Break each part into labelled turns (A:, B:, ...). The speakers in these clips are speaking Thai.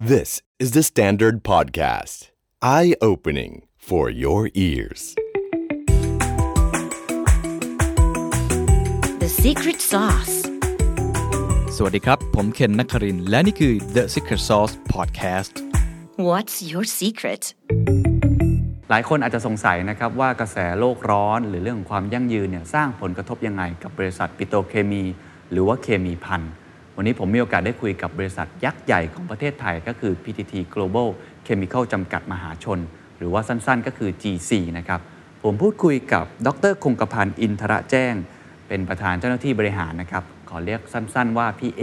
A: This is the Standard Podcast. Eye opening for your ears.
B: The secret sauce.
C: สวัสดีครับ ผมเคนนักครินทร์และนี่คือ The Secret Sauce Podcast
B: What's your secret?
D: หลายคนอาจจะสงสัยนะครับว่ากระแสโลกร้อน หรือเรื่องของความยั่งยืนเนี่ยสร้างผลกระทบยังไงกับบริษัทปิโตรเคมี หรือว่าเคมีพันธุ์วันนี้ผมมีโอกาสได้คุยกับบริษัทยักษ์ใหญ่ของประเทศไทยก็คือ PTT Global Chemical จำกัดมหาชน หรือว่าสั้นๆ ก็คือ GC นะครับผมพูดคุยกับดรคงกระพันธ์อินทระแจ้ง เป็นประธานเจ้าหน้าที่บริหารนะครับขอเรียกสั้น ๆ ว่าพี่เอ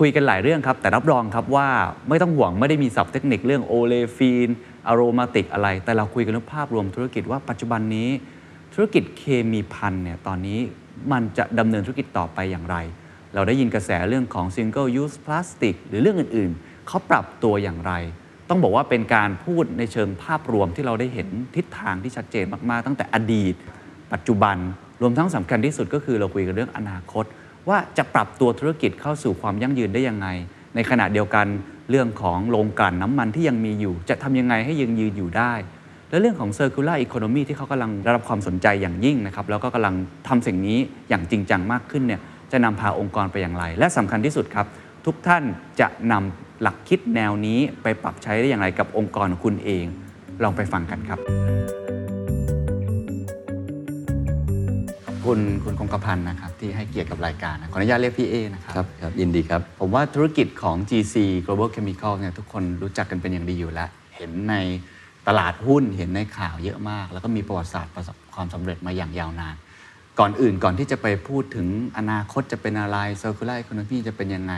D: คุยกันหลายเรื่องครับ แต่รับรองครับว่าไม่ต้องห่วงไม่ได้มีศัพท์เทคนิคเรื่องโอเลฟีนอโรมาติกอะไร แต่เราคุยกันเรื่องภาพรวมธุรกิจว่าปัจจุบันนี้ ธุรกิจเคมีพันเนี่ยตอนนี้มันจะดำเนินธุรกิจต่อไปอย่างไร เราได้ยินกระแสเรื่องของ Single Use Plastic หรือเรื่องอื่นๆ เขาปรับตัวอย่างไร ต้องบอกว่าเป็นการพูดในเชิงภาพรวมที่เราได้เห็นทิศทางที่ชัดเจนมากๆ ตั้งแต่อดีต ปัจจุบันรวมทั้งสำคัญที่สุดก็คือเราคุยกันเรื่องอนาคต ว่าจะปรับตัวธุรกิจเข้าสู่ความยั่งยืนได้ยังไง ในขณะเดียวกันเรื่องของโรงกลั่นน้ำมันที่ยังมีอยู่ จะทำยังไงให้ยังยืนอยู่ได้ และเรื่องของ circular economy ที่เขากำลังได้รับความสนใจอย่างยิ่งนะครับแล้วก็กำลังทำสิ่งนี้อย่างจริงจังมากขึ้นเนี่ยจะนำพาองค์กรไปอย่างไร และสำคัญที่สุดครับ ทุกท่านจะนำหลักคิดแนวนี้ไปปรับใช้ได้อย่างไรกับองค์กรของคุณเอง ลองไปฟังกันครับ คุณคุณคงกระพันธ์นะครับที่ให้เกียรติกับรายการนะขออนุญาตเรียกพี่เอนะครับ
E: ครับครับยินดีครับ
D: ผมว่าธุรกิจของ GC Global Chemical เนี่ยทุกคนรู้จักกันเป็นอย่างดีอยู่แล้ว เห็นในตลาดหุ้นเห็นในข่าวเยอะมาก แล้วก็มีประวัติศาสตร์ประสบความสำเร็จมาอย่างยาวนาน ก่อนอื่นก่อนที่จะไปพูดถึงอนาคตจะเป็นอะไร Circular Economy จะเป็นยังไง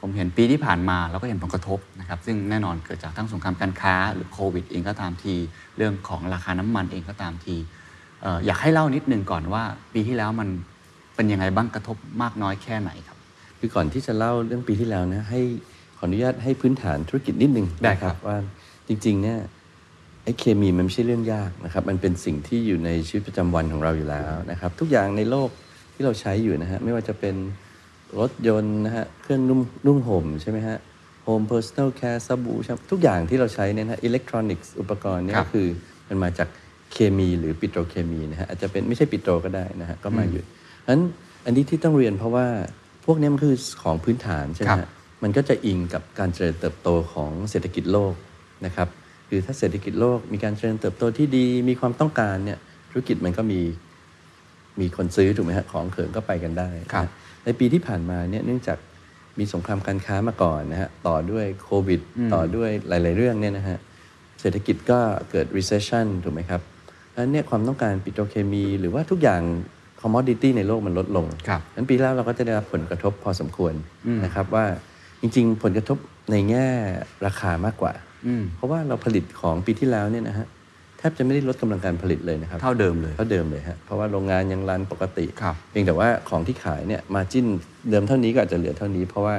D: ผมเห็นปีที่ผ่านมาเราก็เห็นผลกระทบนะครับซึ่งแน่นอนเกิดจากทั้งสงครามการค้า หรือโควิดเองก็ตามที เรื่องของราคาน้ำมันเองก็ตามที เอ่ออยากให้เล่านิดนึงก่อนว่า ปีที่แล้วมันเป็นยังไงบ้างกระทบมากน้อยแค่ไหนครับ
E: คือก่อนที่จะเล่าเรื่องปีที่แล้วนะให้ขออนุญาตให้พื้นฐานธุรกิจนิดนึง
D: ได้
E: นะครับ ว่าจริงๆเนี่ยไอ้เคมีมันไม่ใช่เรื่องยากนะครับ มันเป็นสิ่งที่อยู่ในชีวิตประจำวันของเราอยู่แล้วนะครับ ทุกอย่างในโลกที่เราใช้อยู่นะฮะไม่ว่าจะเป็นรถยนต์นะฮะเครื่องนุ่มนุ่งห่มใช่ไหมฮะโฮมเพอร์ซันอลแคร์สบู่แชมพูทุกอย่างที่เราใช้เนี่ยนะอิเล็กทรอนิกส์อุปกรณ์เนี่ย
D: ครับ
E: ก็คือมันมาจากเคมีหรือปิโตรเคมีนะฮะอาจจะเป็นไม่ใช่ปิโตรก็ได้นะฮะก็มาอยู่เพราะฉะนั้นอันนี้ที่ต้องเรียนเพราะว่าพวกเนี้มันคือของพื้นฐานใช่ไหม
D: ครั
E: ฮะ
D: บ
E: มันก็จะอิงกับการเจริญเติบโตของเศรษฐกิจโลกนะครับคือถ้าเศรษฐกิจโลกมีการเจริญเติบโตที่ดีมีความต้องการเนี่ยธุรกิจมันก็มีมีคนซื้อถูกไหมฮะของเขิงก็ไปกันได้นะครับ ในปีที่ผ่านมาเนี่ยเนื่องจากมีสงครามการค้ามาก่อนนะฮะต่อด้วยโควิด ต่อด้วยหลาย ๆ เรื่องเนี่ยนะฮะเศรษฐกิจก็เกิด recession ถูกไหมครับเพราะฉะนั้นเนี่ยความต้องการปิโตรเคมี หรือว่าทุกอย่าง commodity ในโลกมันลดลง
D: ครับ
E: นั้นปีแล้วเราก็จะได้รับผลกระทบพอสมควรนะครับว่าจริงๆ ผลกระทบในแง่ราคามากกว่า
D: อืม
E: เพราะว่าเราผลิตของปีที่แล้วเนี่ยนะฮะแทบจะไม่ได้ลดกำลังการผลิตเลยนะครับ
D: เท่าเดิมเลย
E: เท่าเดิมเลยฮะเพราะว่าโรงงานยังรันปกติ
D: ครับ
E: เพียงแต่ว่าของที่ขายเนี่ยมาจิ้นเดิมเท่านี้ก็อาจจะเหลือเท่านี้ เพราะว่า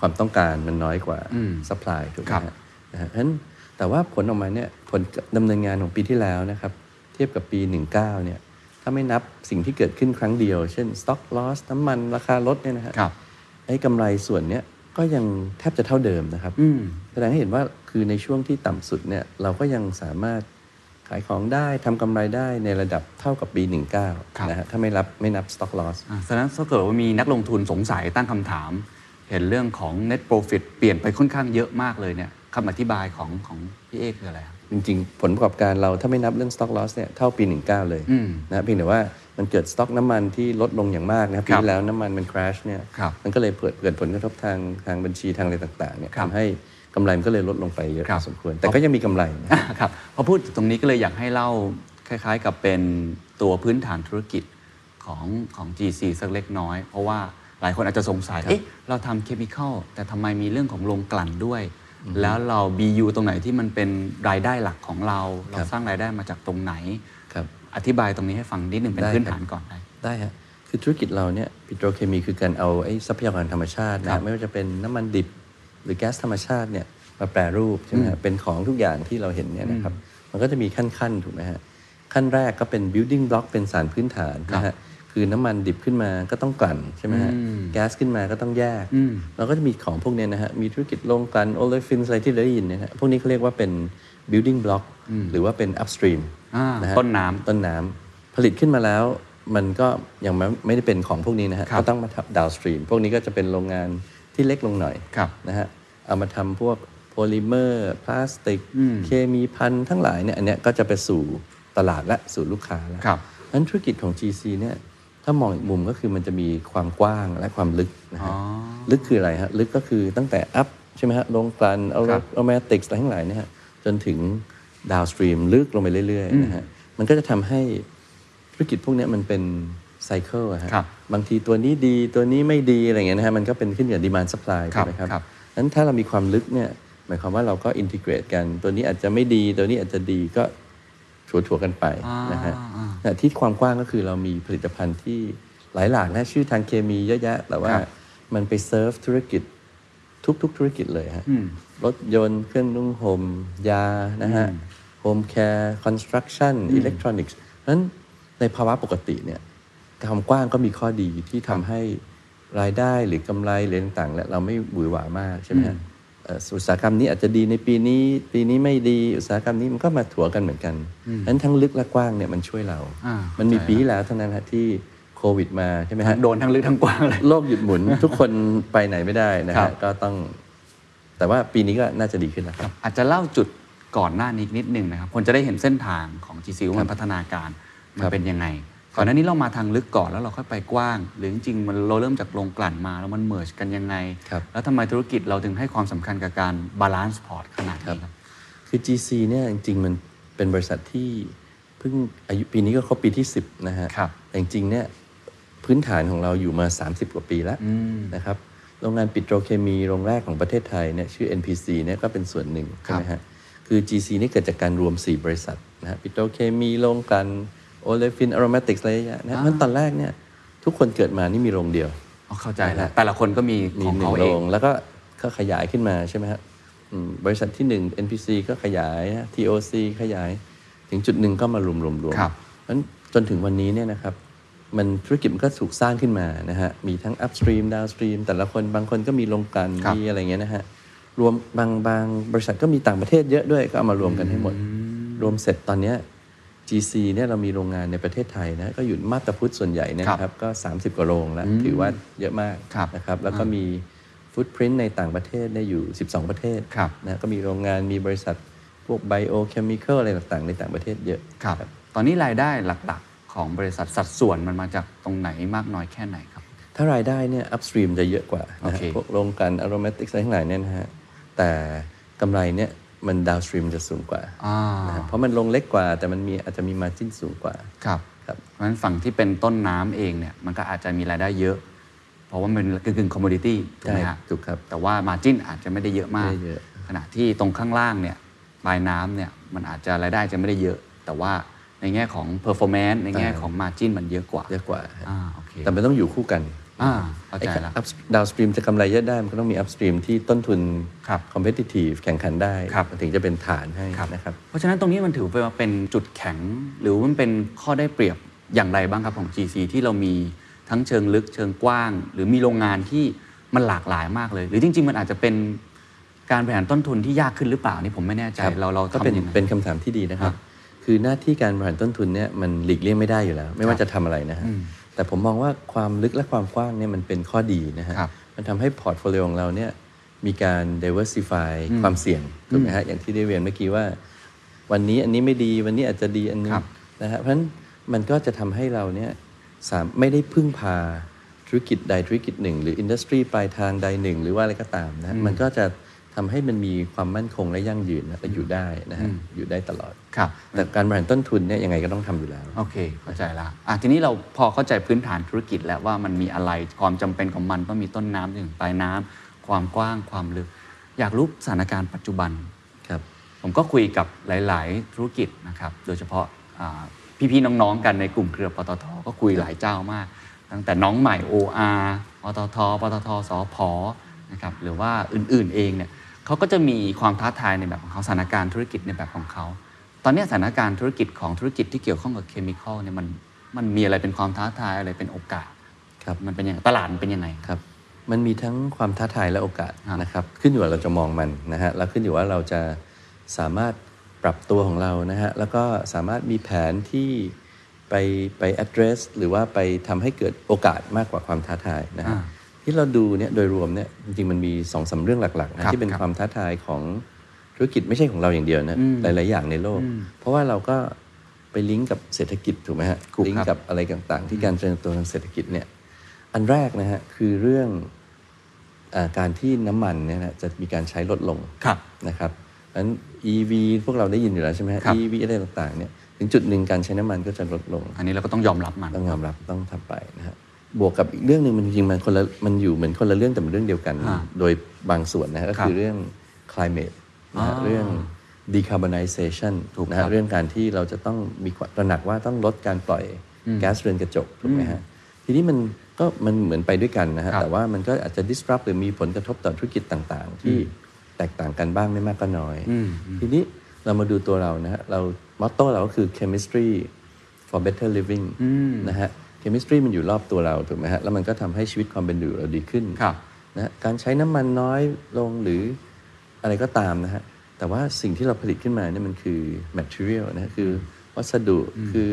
E: ความต้องการมันน้อยกว่า
D: อืม
E: สป라이ถูกไหม
D: ครับ
E: ฮะนะฮะเพราะฉะนั้นแต่ว่าผลออกมาเนี่ยผลดำเนินงานของปีที่แล้วนะครับ เทียบกับปี 19เนี่ยถ้าไม่นับสิ่งที่เกิดขึ้นครั้งเดียว เช่น stock loss น้ำมันราคาลดเนี่ยนะฮะ
D: ครับ
E: ไอ้กำไรส่วนเนี้ยก็ยังแทบจะเท่าเดิมนะครับ
D: อืม
E: แสดงให้เห็นว่าคือในช่วงที่ต่ำสุดเนี่ยเราก็ยังสามารถขายของได้ทำกำไรได้ในระดับเท่ากับปี
D: ครับ
E: 19นะฮะถ้าไม่รับไม่นับ stock loss
D: อ่าฉะนั้นถ้าเกิดว่ามีนักลงทุนสงสัยตั้งคำถาม เห็นเรื่องของ net profit เปลี่ยนไปค่อนข้างเยอะมากเลยเนี่ยคำอธิบายของของพี่เอกคืออะไรครับ
E: จริงๆ ผลประกอบการเราถ้าไม่นับเรื่อง stock loss เนี่ยเท่าปี 19 เลย
D: อืม
E: นะเพียงแต่ว่ามันเกิด stock น้ำมันที่ลดลงอย่างมากนะครับ
D: ค
E: ปี
D: รับ
E: ที่แล้วน้ำมันมัน crash เนี่ย
D: ครับ
E: มันก็เลยเกิดเกิดผลกระทบทางทางบัญชีทางอะไรต่างๆเนี่ย
D: ครับ
E: ทำให้กำไรมันก็เลยลดลงไปเยอะ
D: ครั
E: พ
D: บ
E: อสมควร แต่ก็ยังมีกำไรนะ
D: ครับพอพูดถึงตรงนี้ก็เลยอยากให้เล่าคล้าย ๆ กับเป็นตัวพื้นฐานธุรกิจของของ GC สักเล็กน้อย เพราะว่าหลายคนอาจจะสงสัย เอ๊ะ เราทำเคมีคอลแต่ทำไมมีเรื่องของโรงกลั่นด้วย แล้วเรา BU ตรงไหนที่มันเป็นรายได้หลักของเรา เรา
E: ครับ
D: สร้างรายได้มาจากตรงไหน
E: ครับ
D: อธิบายตรงนี้ให้ฟังนิดหนึ่งเป็น
E: ได้
D: พื้น
E: ครับ
D: ฐานก่อนได้
E: ได้ฮะคือธุรกิจเราเนี่ยปิโตรเคมีคือการเอาไอ้ทรัพยากรธรรมชาติ
D: ครั
E: นะ
D: บ
E: ไม่ว่าจะเป็นน้ำมันดิบหรือแก๊สธรรมชาติเนี่ยมาแปรรูปใช่ไหมฮะเป็นของทุกอย่างที่เราเห็นเนี่ยนะครับมันก็จะมีขั้นขั้นๆถูกไหมฮะขั้นแรกก็เป็น building block เป็นสารพื้นฐานนะ
D: ครั
E: ฮะ
D: บ
E: ค คือน้ำมันดิบขึ้นมาก็ต้องกลั่นใช่ไหมฮะ
D: อืม
E: แก๊สขึ้นมาก็ต้องแยก
D: อืม
E: เราก็จะมีของพวกเนี้ยนะฮะมีธุรกิจโรงกลั่นโอเลฟินอะไรที่เราได้ยินเนี่ยฮะพวกนี้เขาเรียกว่าเป็น building block หรือว่าเป็น upstream
D: อ่า
E: ะฮะ
D: ต้นน้ำ
E: ต้นน้ำผลิตขึ้นมาแล้วมันก็ยังไม่ไม่ได้เป็นของพวกนี้นะฮะ
D: ครับ
E: ก็ต้องมาทับดาวสตรีมพวกนี้ก็จะเป็นโรงงานที่เล็กลงหน่อย
D: ครับ
E: นะฮะเอามาทำพวกโพลิเมอร์พลาสติก เคมีพันทั้งหลายเนี่ยอันเนี้ยก็จะไปสู่ตลาดและสู่ลูกค้าแล้ว
D: ครับ
E: นั้นธุรกิจของ GC เนี่ยถ้ามองอีกมุมก็คือมันจะมีความกว้างและความลึกนะฮะลึกคืออะไรฮะลึกก็คือตั้งแต่อัพใช่ไหมฮะโรงกลั่นเอา
D: ครับ
E: อเมติกส์อะไรทั้งหลายเนี่ยฮะจนถึงดาวสตรีมลึกลงไปเรื่อยๆนะฮะมันก็จะทำให้ธุรกิจพวกเนี้ยมันเป็นไซเคิลอะฮะ
D: ครับ
E: บางทีตัวนี้ดีตัวนี้ไม่ดีอะไรเงี้ยนะฮะมันก็เป็นขึ้นกับดีมานสปาย
D: ครั
E: ใช่
D: บ
E: ไหมครับ
D: ครับ
E: นั้นถ้าเรามีความลึกเนี่ยหมายความว่าเราก็อินทิเกรตกัน ตัวนี้อาจจะไม่ดีตัวนี้อาจจะดีก็ถัวๆกันไปนะฮะแต่ที่ความกว้างก็คือเรามีผลิตภัณฑ์ที่หลายหลากนะชื่อทางเคมีเยอะแยะแต่ว่า
D: ครับ
E: มันไปเซิร์ฟธุรกิจ ทุก ๆ ธุรกิจเลยฮะรถยนต์เครื่องนุ่งห่มยานะฮะโฮมแคร์คอนสตรักชั่นอิเล็กทรอนิกส์นั้นในภาวะปกติเนี่ยความกว้างก็มีข้อดีที่ทำให้รายได้หรือกำไรหรือต่างๆ และเราไม่หวือหวามากใช่ไหมฮะเอ่ออุตสาหกรรมนี้อาจจะดีในปีนี้ ปีนี้ไม่ดีอุตสาหกรรมนี้มันก็มาถัวกันเหมือนกันนั้นทั้งลึกและกว้างเนี่ยมันช่วยเรา
D: อ่ามั
E: มันมีปีที่แล้วเท่านั้นฮะที่โควิดมาใช่ไหมฮะ
D: โดนทั้งลึกทั้งกว้างเลย
E: โลกหยุด หมุน ทุกคนไปไหนไม่ได้นะ
D: ครั
E: ฮะ
D: บ
E: ก็ต้อง แต่ว่าปีนี้ก็น่าจะดีขึ้นแล้วครับ
D: อาจจะเล่าจุดก่อนหน้านี้นิดนึงนะครับ คนจะได้เห็นเส้นทางของ GC ว่ามันพัฒนาการมันเป็นยังไง ก่อนหน้านี้เรามาทางลึกก่อนแล้วเราค่อยไปกว้าง หรือจริงๆมันเราเริ่มจากโรงกลั่นมาแล้วมันเมิร์ชกันยังไง
E: ครับ
D: แล้วทำไมธุรกิจเราถึงให้ความสำคัญกับการบาลานซ์พอร์ตขนาดนี้ครับ
E: คือ GC เนี่ยจริงๆ มันเป็นบริษัทที่เพิ่งอายุปีนี้ก็ครบปีที่ 10 นะฮะ
D: ครับ
E: แต่จริงๆ เนี่ยพื้นฐานของเราอยู่มา 30 กว่าปีแล้วนะครับ โรงงานปิโตรเคมีโรงแรกของประเทศไทยเนี่ยชื่อ NPC เนี่ยก็เป็นส่วนหนึ่ง
D: ครั
E: ใช่
D: บ
E: ไหมฮะ คือ GC นี่เกิดจากการรวม 4 บริษัทนะฮะปิโตรเคมีโรงกลันโอเลฟินอโรมาติกอะไรอย่างเงี้ยนะฮะมันตอนแรกเนี่ยทุกคนเกิดมานี่มีโรงเดียว
D: อ๋อเข้าใจแล้ว แต่ละคนก็มี
E: มี
D: ของ
E: หนึ่
D: เขา
E: ง
D: เอ
E: โรง งแล้วก็ก็ขยายขึ้นมาใช่ไหมครับอืมบริษัทที่หนึ่ง NPC ก็ขยาย TOC ขยาย ถึงจุดหนึ่งก็มารวมรวมรวม
D: ครับ
E: เพราะฉะนั้นจนถึงวันนี้เนี่ยนะครับ มันธุรกิจมันก็ถูกสร้างขึ้นมานะฮะ มีทั้ง upstream downstream แต่ละคนบางคนก็มีโรงกลันมีอะไรเงี้ยนะฮะ รวมบางบางบริษัทก็มีต่างประเทศเยอะด้วยก็เอามารวมกันให้หมด รวมเสร็จตอนเนี้ย GC เนี่ยเรามีโรงงานในประเทศไทยนะก็อยู่มาบตาพุธส่วนใหญ่เนย
D: ครับ
E: นะครับ ก็ 30 กว่าโรงแล้ว ถือว่าเยอะมาก
D: ครับ
E: นะครับ แล้วก็มีฟุตพิ i n t ในต่างประเทศเนี่ยอยู่ 12 ประเทศ
D: ครับ
E: นะก็มีโรงงานมีบริษัทพวกไบโอเคมีคอลอะไรต่างๆ ในต่างประเทศเยอะ
D: ครับ ตอนนี้รายได้หลักๆ ของบริษัทสัดส่วนมันมาจากตรงไหนมากน้อยแค่ไหนครับ
E: ถ้ารายได้เนี่ยอัพสตรีมจะเยอะกว่า
D: โอ
E: นะ
D: เค
E: ฮะพวกโรงกลันอโรมาติกอะไรทั้งหลายเนี่ยนะฮะแต่กำไรเนี่ยมันดาวสตรีมจะสูงกว่า
D: อ่าน
E: ะฮะเพราะมันลงเล็กกว่า แต่มันมีอาจจะมีมาจิ้นสูงกว่า
D: ครับ
E: ครับ
D: เพราะฉะนั้นฝั่งที่เป็นต้นน้ำเองเนี่ยมันก็อาจจะมีรายได้เยอะ เพราะว่ามันเป็นกึ่งกึ่งคอมมูดิตี้ถูกไหมฮะ
E: ถูกครับ
D: แต่ว่ามาจิ้นอาจจะไม่ได้เยอะมาก
E: ไม่ได้เยอะ
D: ขณะที่ตรงข้างล่างเนี่ยปลายน้ำเนี่ยมันอาจจะรายได้จะไม่ได้เยอะ แต่ว่าในแง่ของ performance ในแง่ของมาจิ้นมันเยอะกว่า
E: เยอะกว่าฮะ
D: อ่าโอเค
E: แต่มันต้องอยู่คู่กัน
D: อ่าเข้าใจละ
E: ดาวสตรีมจะกำไรเยอะได้ มันก็ต้องมีอัพสตรีมที่ต้นทุน
D: ครับ
E: คอมเพติทีฟแข่งขันได้
D: ครับ
E: มันถึงจะเป็นฐานให้นะครับ
D: เพราะฉะนั้นตรงนี้มันถือไปว่าเป็นจุดแข็ง หรือมันเป็นข้อได้เปรียบอย่างไรบ้างครับของ GC ที่เรามีทั้งเชิงลึกเชิงกว้าง หรือมีโรงงานที่มันหลากหลายมากเลย หรือจริง ๆ มันอาจจะเป็นการบริหารต้นทุนที่ยากขึ้นหรือเปล่านี่ผมไม่แน่ใจ
E: ครับ
D: เราเรา
E: ก็เป็น
D: ทำยังไง
E: เป็นคำถามที่ดีนะครับ คือหน้าที่การบริหารต้นทุนเนี่ยมันหลีกเลี่ยงไม่ได้อยู่แล้ว ไม่ว่าจะทำอะไรนะฮะแต่ผมมองว่าความลึกและความกว้างเนี่ยมันเป็นข้อดีนะฮะ
D: ครับ
E: มันทำให้พอร์ตโฟลิโอของเราเนี่ยมีการ diversify ความเสี่ยงถูกไหมฮะอย่างที่ได้เรียนเมื่อกี้ว่า วันนี้อันนี้ไม่ดีวันนี้อาจจะดีอันนี้
D: ครับ
E: นะฮะเพราะฉะนั้นมันก็จะทำให้เราเนี่ยสามไม่ได้พึ่งพาธุรกิจใดธุรกิจหนึ่ง หรืออินดัสทรีปลายทางใดหนึ่ง หรือว่าอะไรก็ตามนะฮะมันก็จะทำให้มันมีความมั่นคงและยั่งยืนนะและอยู่ได้นะฮะอยู่ได้ตลอด
D: ครับ
E: แต่การบริหารต้นทุนเนี่ยยังไงก็ต้องทำอยู่แล้ว
D: โอเค เข้าใจละอ่ะทีนี้เราพอเข้าใจพื้นฐานธุรกิจแล้วว่ามันมีอะไรความจำเป็นของมันต้องมีต้นน้ำจนถึงปลายน้ำความกว้างความลึก อยากรู้สถานการณ์ปัจจุบัน
E: ครับ
D: ผมก็คุยกับหลาย ๆ ธุรกิจนะครับ โดยเฉพาะอ่าพี่ ๆ น้อง ๆ กันในกลุ่มเครือปตท ก็คุยหลายเจ้ามาก ตั้งแต่น้องใหม่ OR ปตท ปตท สพนะครับ หรือว่าอื่น ๆ เองเนี่ยเขาก็จะมีความท้าทายในแบบของเขาสถานการณ์ธุรกิจในแบบของเขา ตอนนี้สถานการณ์ธุรกิจของธุรกิจที่เกี่ยวข้องกับเคมีคอลเนี่ยมัน มันมีอะไรเป็นความท้าทายอะไรเป็นโอกาส
E: ครับ
D: มันเป็นยังไงตลาดมันเป็นยังไง
E: ครับมันมีทั้งความท้าทายและโอกาส
D: ครับ
E: นะครับขึ้นอยู่ว่าเราจะมองมันนะฮะแล้วขึ้นอยู่ว่าเราจะสามารถปรับตัวของเรานะฮะแล้วก็สามารถมีแผนที่ไปไป address หรือว่าไปทำให้เกิดโอกาสมากกว่าความท้าทายนะฮะที่เราดูเนี่ยโดยรวมเนี่ยจริงๆมันมีสองสามเรื่องหลักๆนะครับ ที่เป็น
D: ครับ
E: ความท้าทายของธุรกิจไม่ใช่ของเราอย่างเดียวนะ
D: อืม
E: หลายๆอย่างในโลก
D: อืม
E: เพราะว่าเราก็ไปลิงก์กับเศรษฐกิจถูกไหมฮะ
D: ถูกครับ
E: ลิงก์กับอะไรต่างๆ ที่การเจริญเติบโตทางเศรษฐกิจเนี่ย อันแรกนะฮะคือเรื่องอาการที่น้ำมันเนี่ยนะจะมีการใช้ลดลง
D: ครับ
E: นะครับนั้น EV พวกเราได้ยินอยู่แล้วใช่ไหมฮะ
D: ครับ
E: EV อะไรต่างๆเนี่ยถึงจุดหนึ่งการใช้น้ำมันก็จะลดลง
D: อันนี้เราก็ต้องยอมรับมัน
E: ต้องยอมรับต้องทำไปนะฮะบวกกับอีกเรื่องหนึ่งมันจริงๆมันคนละมันอยู่เหมือนคนละเรื่องแต่เป็นเรื่องเดียวกัน
D: อ่า
E: โดยบางส่วนนะฮะก็
D: ครับ
E: คือเรื่อง climate นะฮะ
D: อ่า
E: เรื่อง decarbonization
D: ถูกค
E: นะ
D: รั
E: ฮะ
D: บ
E: เรื่องการที่เราจะต้องมีความตระหนักว่าต้องลดการปล่อยแก๊สเรือนกระจกถูกไหมฮะทีนี้มันก็มันเหมือนไปด้วยกันนะฮะ
D: ครับ
E: แต่ว่ามันก็อาจจะ disrupt หรือมีผลกระทบต่อธุรกิจต่างๆ ที่แตกต่างกันบ้างไม่มากก็น้อย
D: อืม
E: ทีนี้เรามาดูตัวเรานะฮะเรามอตโต้เราก็คือ chemistry for better living นะฮะ chemistry มันอยู่รอบตัวเราถูกไหมฮะ แล้วมันก็ทำให้ชีวิตความเป็นอยู่เราดีขึ้น
D: ครับ
E: นะฮะการใช้น้ำมันน้อยลงหรืออะไรก็ตามนะฮะ แต่ว่าสิ่งที่เราผลิตขึ้นมาเนี่ยมันคือ material นะฮะคือวัสดุคือ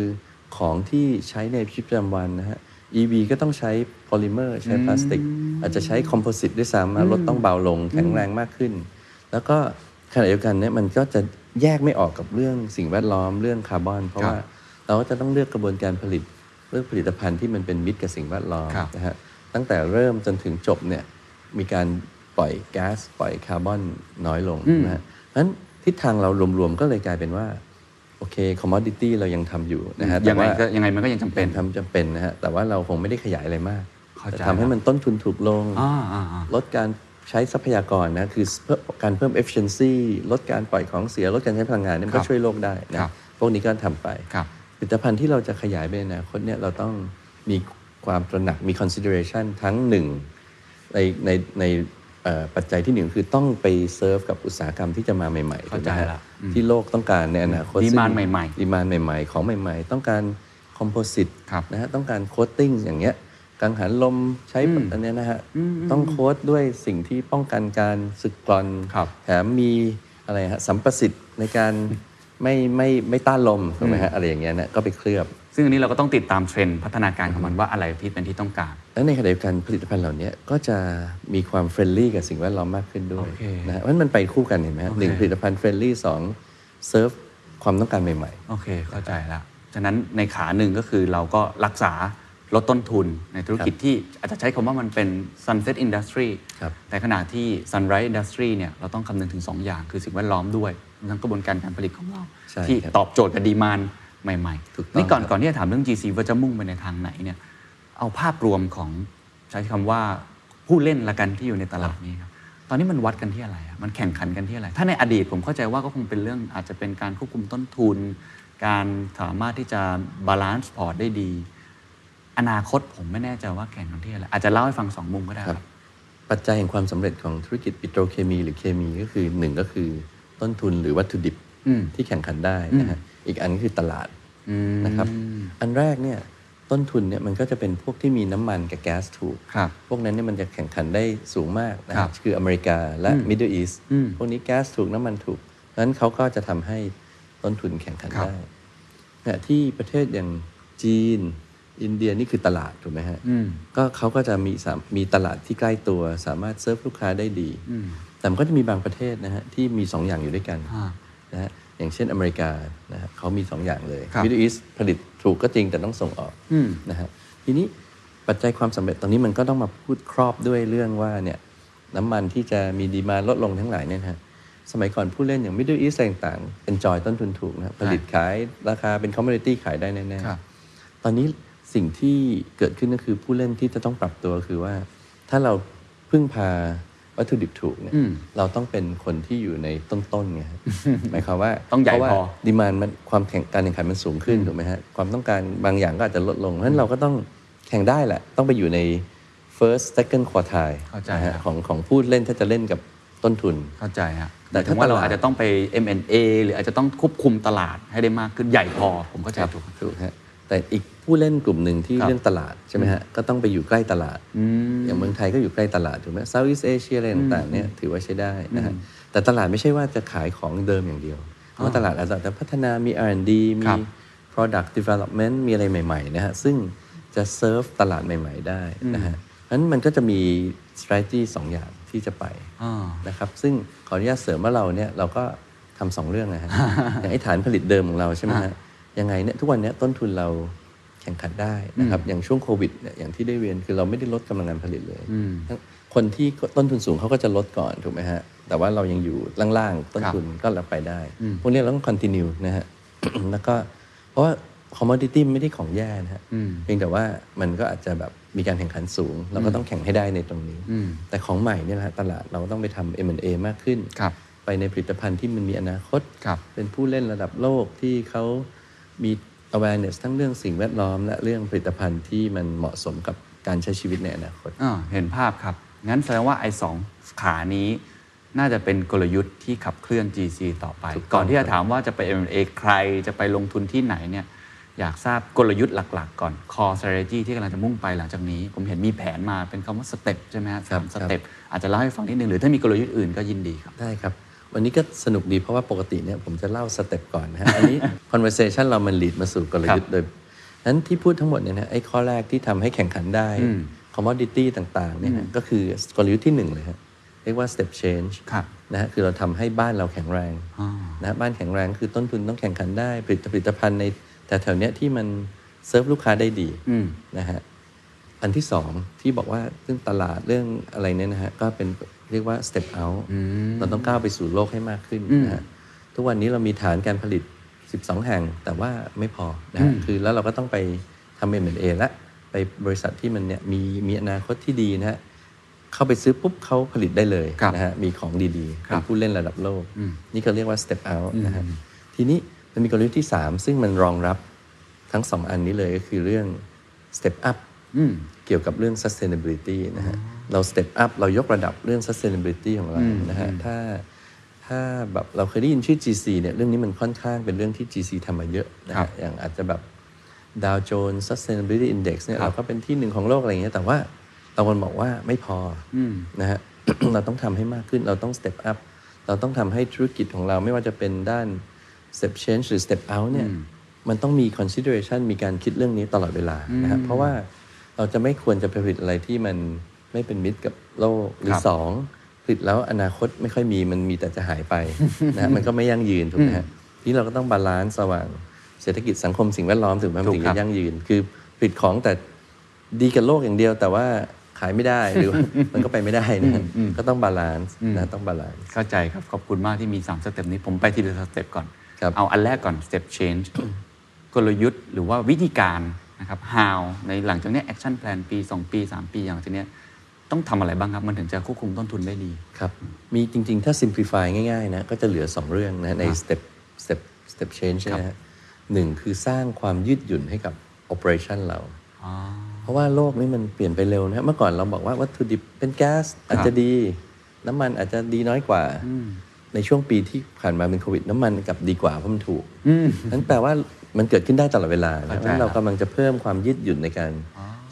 E: ของที่ใช้ในชีวิตประจำวันนะฮะ EV ก็ต้องใช้โพลิเมอร์ใช้พลาสติก อาจจะใช้คอมโพสิตด้วยซ้ำนะรถต้องเบาลงแข็งแรงมากขึ้น แล้วก็ขณะเดียวกันเนี่ยมันก็จะแยกไม่ออกกับเรื่องสิ่งแวดล้อมเรื่องคาร์บอน เพราะ
D: ครับ
E: ว่าเราก็จะต้องเลือกกระบวนการผลิตเลือกผลิตภัณฑ์ที่มันเป็นมิตรกับสิ่งแวดล้อม
D: ครับ
E: นะฮะตั้งแต่เริ่มจนถึงจบเนี่ยมีการปล่อยแก๊สปล่อยคาร์บอนน้อยลงนะฮะเพราะฉะนั้นทิศทางเรารวมๆก็เลยกลายเป็นว่า โอเคคอมมอดิตี้เรายังทำอยู่นะฮะแต่
D: ยังไง
E: ว่า
D: ก็ยังไงมันก็ยังจำเป็น
E: ทำจำเป็นนะฮะแต่ว่าเราคงไม่ได้ขยายอะไรมาก
D: เข้าใจ
E: แต่ทำให้มันต้นทุนถูกลง
D: อ่าอ่าอ่า
E: ลดการใช้ทรัพยากรนะคือเพิ่มการเพิ่ม efficiency ลดการปล่อยของเสีย ลดการใช้พลังงานเนี่ยมัน
D: ครั
E: ก็
D: บ
E: ช่วยโลกได้นะครับ พวกนี้ก็ทำไป
D: ครับ
E: ผลิตภัณฑ์ที่เราจะขยายไปในอนาคตเนี่ยเราต้องมีความตระหนักมี consideration ทั้งหนึ่งในในในเอ่อปัจจัยที่หนึ่งคือต้องไปเซิร์ฟกับอุตสาหกรรมที่จะมาใหม่ๆ
D: เข้าใจ
E: ถูกไหมฮะ
D: ละอืม
E: ที่โลกต้องการในอนาคต
D: demand ใหม่ๆ
E: ดีมานใหม่ ๆ ของใหม่ ๆ ต้องการคอมโพสิต
D: ครับ
E: นะฮะต้องการโคตติ้งอย่างเงี้ยกังหันลมใช้อันเนี้ยนะฮะต้องโค้ดด้วยสิ่งที่ป้องกันการสึกกร่อน
D: ครับ
E: แถมมีอะไรฮะสัมประสิทธิ์ในการไม่ไม่ไม่ต้านลมถูกไหมฮะอะไรอย่างเงี้ยนะก็ไปเคลือบ
D: ซึ่งอันนี้เราก็ต้องติดตามเทรนด์พัฒนาการของมันว่าอะไรที่เป็นที่ต้องการ
E: และในขณะเดียวกันผลิตภัณฑ์เหล่านี้ก็จะมีความเฟรนลี่กับสิ่งแวดล้อมมากขึ้นด้วย
D: โอเค
E: นะฮะเพราะฉะนั้นมันไปคู่กันเห็นไหมฮะ
D: โอเค
E: หนึ่งผลิตภัณฑ์เฟรนลี่สองเซิร์ฟความต้องการใหม่ ๆ
D: โอเค เข้าใจแล้ว ฉะนั้นในขาหนึ่งก็คือเราก็รักษาลดต้นทุนในธุรกิจที่อาจจะใช้คำว่ามันเป็น sunset industry
E: ครับ
D: แต่ขณะที่ sunrise industry เนี่ยเราต้องคำนึงถึง 2 อย่าง คือสิ่งแวดล้อมด้วยรวมทั้งกระบวนการการผลิตของเรา
E: ใช่
D: ที่
E: ครับ
D: ตอบโจทย์กับดีมานใหม่
E: ถูกต้อง
D: นี่ก่อน
E: ครับ
D: ก่อนที่จะถามเรื่อง GC ว่าจะมุ่งไปในทางไหนเนี่ยเอาภาพรวมของใช้คำว่าผู้เล่นละกันที่อยู่ในตลาดนี้ครับตอนนี้มันวัดกันที่อะไรอะมันแข่งขันกันที่อะไร ถ้าในอดีตผมเข้าใจว่าก็คงเป็นเรื่องอาจจะเป็นการควบคุมต้นทุน การสามารถที่จะบาลานซ์พอร์ตได้ดี อนาคตผมไม่แน่ใจว่าแข่งกันที่อะไรอาจจะเล่าให้ฟังสองมุมก็ได้ครับ
E: ปัจจัยแห่งความสำเร็จของธุรกิจปิโตรเคมี หรือเคมีก็คือหนึ่งก็คือต้นทุนหรือวัตถุดิบ
D: อืม
E: ที่แข่งขันได้นะฮะอีกอันก็คือตลาด
D: อืม
E: นะครับอันแรกเนี่ยต้นทุนเนี่ยมันก็จะเป็นพวกที่มีน้ำมันกับแก๊สถูก
D: ครับ
E: พวกนั้นเนี่ยมันจะแข่งขันได้สูงมากนะ
D: ครั
E: ฮะ
D: บ
E: คืออเมริกาและ Middle East
D: อืม
E: พวกนี้แก๊สถูกน้ำมันถูกนั้นเขาก็จะทำให้ต้นทุนแข่งขัน
D: ครับ
E: ได้ ขณะที่ประเทศอย่างจีน อินเดียนี่คือตลาดถูกไหมฮะก็เขาก็จะมีสามมีตลาดที่ใกล้ตัว สามารถเซิร์ฟลูกค้าได้ดี แต่มันก็จะมีบางประเทศนะฮะที่มี 2 อย่างอยู่ด้วยกัน
D: อ่า
E: นะฮะอย่างเช่นอเมริกานะฮะเขามี 2 อย่างเลย
D: ครับ
E: มิดเดิลอีสผลิตถูกก็จริงแต่ต้องส่งออก
D: อืม
E: นะฮะทีนี้ปัจจัยความสำเร็จตอนนี้มันก็ต้องมาพูดครอบด้วยเรื่องว่าเนี่ยน้ำมันที่จะมีดีมาลดลงทั้งหลายเนี่ยนะฮะสมัยก่อนผู้เล่นอย่างมิดเดิลอีสต่างๆเป็นจอยต้นทุนถูกนะฮะผลิต ขายราคาเป็นคอมมูนิตี้ขายได้แน่
D: ครับ
E: ๆ ตอนนี้สิ่งที่เกิดขึ้นก็คือผู้เล่นที่จะต้องปรับตัวคือว่า ถ้าเราพึ่งพาวัตถุดิบถูกเนี่ย
D: อืม
E: เราต้องเป็นคนที่อยู่ในต้นๆไงฮะ หมายความว่า
D: ต้องใหญ่
E: เพราะว่า
D: พอ
E: ดีมานมันความแข่งการแข่งขันมันสูงขึ้นถูกไหมฮะความต้องการบางอย่างก็อาจจะลดลงเพราะฉะนั้นเราก็ต้องแข่งได้แหละ ต้องไปอยู่ใน first second quartile
D: เข้าใจ
E: นะ
D: ครั
E: ฮะ
D: บ
E: ของของผู้เล่นถ้าจะเล่นกับต้นทุน
D: เข้าใจฮะ
E: แต่
D: แต่ถึ
E: ถ้าง
D: ว่าเรา
E: ตลาด
D: อาจจะต้องไป M&A หรืออาจจะต้องควบคุมตลาดให้ได้มากขึ้นใหญ่พอ ผมเข้าใจ
E: ครับ
D: ถูก
E: ถูกฮะแต่อีก ผู้เล่นกลุ่มหนึ่งที่
D: ครับ
E: เรื่องตลาดใช่ไหมฮะก็ต้องไปอยู่ใกล้ตลาด อย่างเมืองไทยก็อยู่ใกล้ตลาดถูกไหมเซาท์อีสเอเชียอะไรต่างๆเนี่ยถือว่าใช้ได้นะฮะแต่ตลาดไม่ใช่ว่าจะขายของเดิมอย่างเดียวเพราะว่าตลาดอาจจะพัฒนามี R&D
D: ค
E: มี
D: รับ
E: product development มีอะไรใหม่ๆนะฮะซึ่งจะเซิร์ฟตลาดใหม่ ๆ ได้นะฮะเพราะฉะนั้นมันก็จะมี strategy สองอย่างที่จะไป
D: อ่า
E: นะครับซึ่งขออนุญาตเสริมว่าเราเนี่ยเราก็ทำสองเรื่องนะ ฮะ อย่างไอ้ฐานผลิตเดิมของเราใช่ไหมฮะยังไงเนี่ยทุกวันเนี้ยต้นทุนเราแข่งขันได้นะครับอย่างช่วงโควิดเนี่ยอย่างที่ได้เรียนคือเราไม่ได้ลดกำลังการผลิตเลยทั้งคนที่ต้นทุนสูงเขาก็จะลดก่อนถูกไหมฮะแต่ว่าเรายังอยู่ล่างๆต้นทุนก็รับไปได้ พวกเนี้ยเราต้องคอนติเนียนะฮ ะ แล้วก็เพราะว่าคอมมอดิตี้ไม่ได้ของแย่นะฮะเพียงแต่ว่ามันก็อาจจะแบบมีการแข่งขันสูง เราก็ต้องแข่งให้ได้ในตรงนี้ แต่ของใหม่เนี่ยนะฮะตลาดเราก็ต้องไปทำ M&A มากขึ้น
D: ครับ
E: ไปในผลิตภัณฑ์ที่มันมีอนาคต
D: ครับ
E: เป็นผู้เล่นระดับโลกที่เขามี awareness ทั้งเรื่องสิ่งแวดล้อม และเรื่องผลิตภัณฑ์ที่มันเหมาะสมกับการใช้ชีวิตในอนาคต
D: อ่าเห็นภาพครับ งั้นแสดงว่าไอ้สองขานี้ น่าจะเป็นกลยุทธ์ที่ขับเคลื่อน GC ต่อไป
E: ถูกต้อง
D: ก่อนที่จะถามว่าจะไป M&A ใครจะไปลงทุนที่ไหนเนี่ยอยากทราบกลยุทธ์หลัก ๆ ก่อน core strategy ที่กำลังจะมุ่งไปหลังจากนี้ ผมเห็นมีแผนมาเป็นคำว่าสเต็ปใช่ไหมฮะสามสเต็ปอาจจะเล่าให้ฟังนิดนึงหรือถ้ามีกลยุทธ์อื่นก็ยินดีครับ
E: ได้ครับ วันนี้ก็สนุกดีเพราะว่าปกติเนี่ยผมจะเล่าสเต็ปก่อนนะฮะ อันนี้ conversation เรามัน lead มาสู่กลยุทธ์โดยนั้นที่พูดทั้งหมดเนี่ยนะไอ้ข้อแรกที่ทำให้แข่งขันได้ commodity ต่างๆเนี่ยนะก็คือกลยุทธ์ที่หนึ่งเลยฮะเรียกว่า step change
D: ครับ
E: นะฮะคือเราทำให้บ้านเราแข็งแรงนะฮะบ้านแข็งแรงคือต้นทุนต้องแข่งขันได้ผลิตผลิตภัณฑ์ในแต่แถวๆเนี้ยที่มันเซิร์ฟลูกค้าได้ดี
D: อืม
E: นะฮะ อันที่สองที่บอกว่าเรื่องตลาดเรื่องอะไรเนี่ยนะฮะก็เป็นเรียกว่า step out เราต้องก้าวไปสู่โลกให้มากขึ้นนะฮะทุกวันนี้เรามีฐานการผลิต 12 แห่ง แต่ว่าไม่พอนะฮะคือแล้วเราก็ต้องไปทำ M&A และไปบริษัทที่มันเนี่ยมีมีอนาคตที่ดีนะฮะเข้าไปซื้อปุ๊บเขาผลิตได้เลย
D: ครับ
E: นะฮะมีของดีๆ
D: ครั
E: เป็
D: บ
E: นผู้เล่นระดับโลก นี่ก็เรียกว่า step out นะฮะทีนี้มันมีกลยุทธ์ที่ 3 ซึ่งมันรองรับทั้งสองอันนี้เลยก็คือเรื่อง step up
D: อืม
E: เกี่ยวกับเรื่อง sustainability นะฮะ เรา step up เรายกระดับเรื่อง sustainability ของเรา นะฮะ ถ้า ถ้าแบบเราเคยได้ยินชื่อ GC เนี่ย เรื่องนี้มันค่อนข้างเป็นเรื่องที่ GC ทำมาเยอะนะ
D: ครั
E: ฮะ
D: บ
E: อย่างอาจจะแบบ Dow Jones Sustainability Index เนี่ย เราก็เป็นที่หนึ่งของโลกอะไรอย่างเงี้ย แต่ว่าเราคนบอกว่าไม่พออนะฮ ะ เราต้องทำให้มากขึ้น เราต้อง step up เราต้องทำให้ธุรกิจของเราไม่ว่าจะเป็นด้าน step change หรือ step out เนี่ย มันต้องมี consideration มีการคิดเรื่องนี้ตลอดเวลานะครับเพราะว่า เราจะไม่ควรจะไปผลิตอะไรที่มันไม่เป็นมิตรกับโลกหรื
D: ค
E: อ
D: รับ
E: สองผลิตแล้วอนาคตไม่ค่อยมีมันมีแต่จะหายไป นะฮะมันก็ไม่ยั่งยืนถูกไหมฮะที่เราก็ต้องบาลานซ์ระหว่างเศรษฐกิจสังคมสิ่งแวดล้อมถึงมัน
D: ถูก
E: ถึง
D: ครั
E: จะ
D: บ
E: ยั่งยืน คือผลิตของแต่ดีกับโลกอย่างเดียว แต่ว่าขายไม่ ได้หรือว่า มันก็ไปไม่ได้นะฮะก็ต้องบาลานซ์นะต้องบาลานซ์
D: เข้าใจครับ ขอบคุณมากที่มี 3 สเต็ปนี้ผมไปทีละสเต็ปก่อน
E: ครับ
D: เอาอันแรกก่อน step change กลยุทธ์หรือว่าวิธีการนะครับ how ในหลังจากเนี้ action plan ปี 2 ปี 3 ปีอย่างจากเนี้ยต้องทำอะไรบ้างครับ มันถึงจะควบคุมต้นทุนได้ดี
E: ครับ มีจริง ๆ ถ้า simplify ง่าย ๆ นะ ก็จะเหลือ 2 เรื่องนะ ใน step step step change นะฮะหนึ่งคือสร้างความยืดหยุ่นให้กับ operation เรา เพราะว่าโลกนี้มันเปลี่ยนไปเร็วนะฮะเมื่อก่อนเราบอกว่าวัตถุดิบเป็นแก๊สอาจจะดี น้ำมันอาจจะดีน้อยกว่า ในช่วงปีที่ผ่านมาเป็นโควิด น้ำมันกลับดีกว่าเพราะมันถูกนั้นแปลว่ามันเกิดขึ้นได้ตลอดเวลานะ
D: เข้าใจ
E: นั้นเรากำลังจะเพิ่มความยืดหยุ่นในการ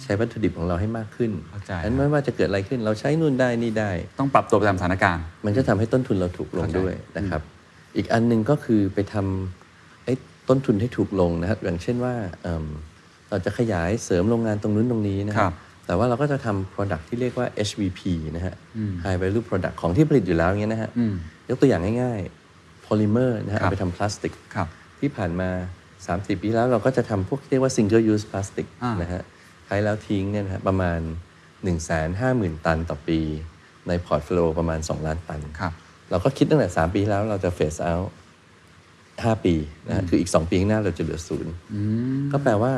E: ใช้วัตถุดิบของเราให้มากขึ้น
D: เข้าใจ
E: นั้นไม่ว่าจะเกิดอะไรขึ้นเราใช้นู่นได้นี่ได้
D: ต้องปรับตัวไปตามสถานการณ์
E: มันก็ทำให้ต้นทุนเราถูกลงด้วยนะครับ อีกอันหนึ่งก็คือไปทำไอ้ต้นทุนให้ถูกลงนะครับอย่างเช่นว่าเอิ่มเราจะขยายเสริมโรงงานตรงนู้นตรงนี้นะค
D: ครั
E: รับ บ แต่ว่าเราก็จะทำ Product ที่เรียกว่า HVP นะฮะ High Value Product ของที่ผลิตอยู่แล้วอย่างเงี้ยนะฮะ ยกตัวอย่างง่ายๆ Polymer นะฮะเอาไปทำพลาสติก
D: ครับ
E: ที่ผ่านมา 30 ปีแล้วเราก็จะทำพวกเรียกว่า single use plastic
D: อ่าน
E: นะฮะใช้แล้วทิ้งเนี่ยนะฮะประมาณ 150,000 ตันต่อปี ในพอร์ตโฟลิโอประมาณ 2 ล้านตัน
D: ครับ
E: เราก็คิดตั้งแต่ 3 ปีแล้วเราจะเฟสเอาห้าปีนะฮะคืออีก 2 ปีข้างหน้าเราจะเหลือศูนย์ก็แปลว่า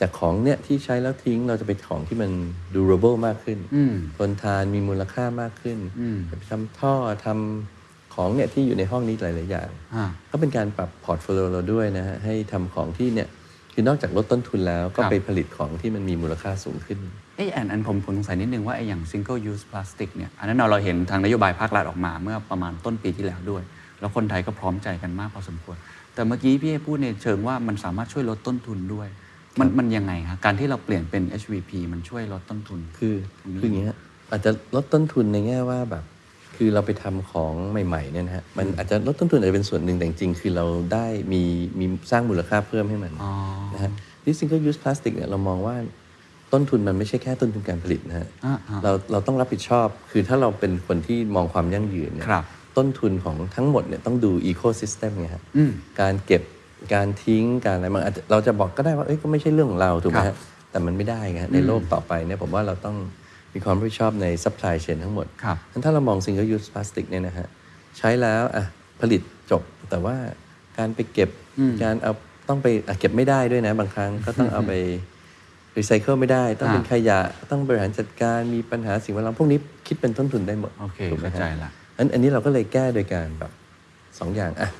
E: จากของเนี่ยที่ใช้แล้วทิ้งเราจะไปของที่มัน durable มากขึ้น
D: อืม
E: ทนทานมีมูลค่ามากขึ้นจะไปทำท่อทำของเนี่ยที่อยู่ในห้องนี้หลาย ๆ อย่าง
D: อ่า
E: ก็เป็นการปรับพอร์ตโฟลิโอเราด้วยนะฮะ ให้ทำของที่เนี่ย คือนอกจากลดต้นทุนแล้วก็
D: ครับ
E: ไปผลิตของที่มันมีมูลค่าสูงขึ้น
D: เอ้ยอันอันผมผมสงสัยนิดนึงว่าไอ้อย่าง single use plastic เนี่ยอันนั้นเราเราเห็นทางนโยบายภาครัฐออกมาเมื่อประมาณต้นปีที่แล้วด้วย แล้วคนไทยก็พร้อมใจกันมากพอสมควร แต่เมื่อกี้พี่เอพูดในเชิงว่ามันสามารถช่วยลดต้นทุนด้วย มันมันยังไงฮะการที่เราเปลี่ยนเป็น HVP มันช่วยลดต้นทุน
E: คือ
D: อืม
E: คืออย่างเงี้ยอาจจะลดต้นทุนในแง่ว่าแบบ คือเราไปทำของใหม่ๆเนี่ยนะฮะมันอาจจะลดต้นทุนอาจจะเป็นส่วนหนึ่งแต่จริงๆคือเราได้มีมีสร้างมูลค่าเพิ่มให้มัน
D: อ๋อ
E: นะฮะที่ single use plastic เนี่ยเรามองว่าต้นทุนมันไม่ใช่แค่ต้นทุนการผลิตนะฮะ
D: อ่าฮะ
E: เราเราต้องรับผิดชอบ คือถ้าเราเป็นคนที่มองความยั่งยืนเนี่ย
D: ครับ
E: ต้นทุนของทั้งหมดเนี่ยต้องดู ecosystem ไงฮะ
D: อืม
E: การเก็บการทิ้งการอะไรมันอาจจะเราจะบอกก็ได้ว่าเอ้ยก็ไม่ใช่เรื่องของเราถูกไหม
D: ครั
E: ฮะ
D: บ
E: แต่มันไม่ได้ไงฮะในโลกต่อไปเนี่ยผมว่าเราต้องมีความรับผิดชอบใน supply chain ทั้งหมด
D: ครับ
E: งั้นถ้าเรามอง single use plastic เนี่ยนะฮะใช้แล้วอ่ะผลิตจบ แต่ว่าการไปเก็บการเอาต้องไปอ่ะเก็บไม่ได้ด้วยนะ บางครั้งก็ต้องเอา ไปรีไซเคิลไม่ได้ ต้องเป็นขยะต้องบริหารจัดการมีปัญหาสิ่งแวดล้อมพวกนี้คิดเป็นต้นทุนได้หมด
D: โอเค
E: ถูกไหม
D: เข้า
E: ฮะ
D: ใจละ
E: อันอันนี้เราก็เลยแก้โดยการแบบสองอย่างอะ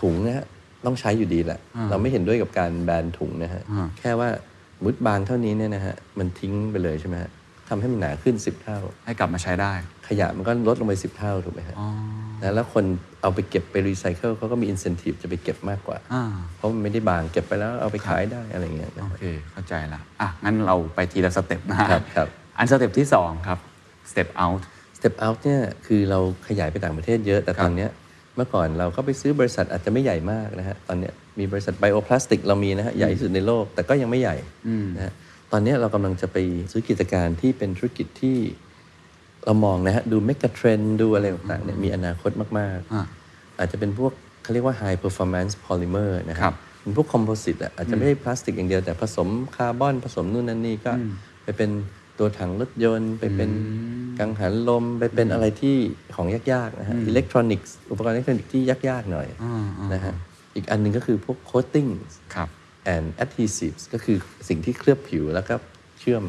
E: ถุงนะฮะต้องใช้อยู่ดีแหละ
D: อ่า
E: เราไม่เห็นด้วยกับการแบนถุงนะฮะ
D: อ่า
E: แค่ว่ามุดบางเท่านี้เนี่ยนะฮะมันทิ้งไปเลยใช่ไหมฮะทำให้มันหนาขึ้น 10 เท่า
D: ให้กลับมาใช้ได้
E: ขยะมันก็ลดลงไป 10 เท่าถูกไหมฮะ
D: อ๋อ
E: นะแล้วคนเอาไปเก็บไปรีไซเคิลเขาก็มีอินเซนティブจะไปเก็บมากกว่า
D: อ่า
E: เพราะมันไม่ได้บางเก็บไปแล้วเอาไปขายได้อะไรอย่างเงี้ยนะ
D: โอ
E: ฮะ
D: เค เข้าใจละอ่ะ งั้นเราไปทีละสเต็ปนะฮะ
E: ครับครับ
D: อันสเต็ปที่ 2 ครับ สเต็ป out
E: Step Out เนี่ยคือเราขยายไปต่างประเทศเยอะ แต่ตอนเนี้ยเมื่อก่อนเราก็ไปซื้อบริษัทอาจจะไม่ใหญ่มากนะฮะ ตอนเนี้ยมีบริษัทไบโอพลาสติกเรามีนะฮะ ใหญ่ที่สุดในโลกแต่ก็ยังไม่ใหญ่นะฮะตอนเนี้ยเรากำลังจะไปซื้อกิจการที่เป็นธุรกิจที่เรามองนะฮะ ดูเมกะเทรนดูอะไรต่างๆเนี่ยมีอนาคตมาก
D: อ่า
E: ๆ อาจจะเป็นพวกเขาเรียกว่า high performance polymer นะค
D: ครั
E: รับ บ เป็นพวกคอมโพสิตอ่ะอาจจะไม่ใช่พลาสติกอย่างเดียวแต่ผสมคาร์บอนผสมนู่นนั่นนี่ก็ไปเป็นตัวถังรถยนต์ ไปเป็นกังหันลม ไปเป็นอะไรที่ของยาก ๆ นะฮะอิเล็กทรอนิกส์อุปกรณ์อิเล็กทรอนิกส์ที่ยาก ๆ หน่อยนะฮะอีกอันหนึ่งก็คือพวก coating
D: ครับ
E: and adhesives ก็คือสิ่งที่เคลือบผิวแล้วก็เชื่อม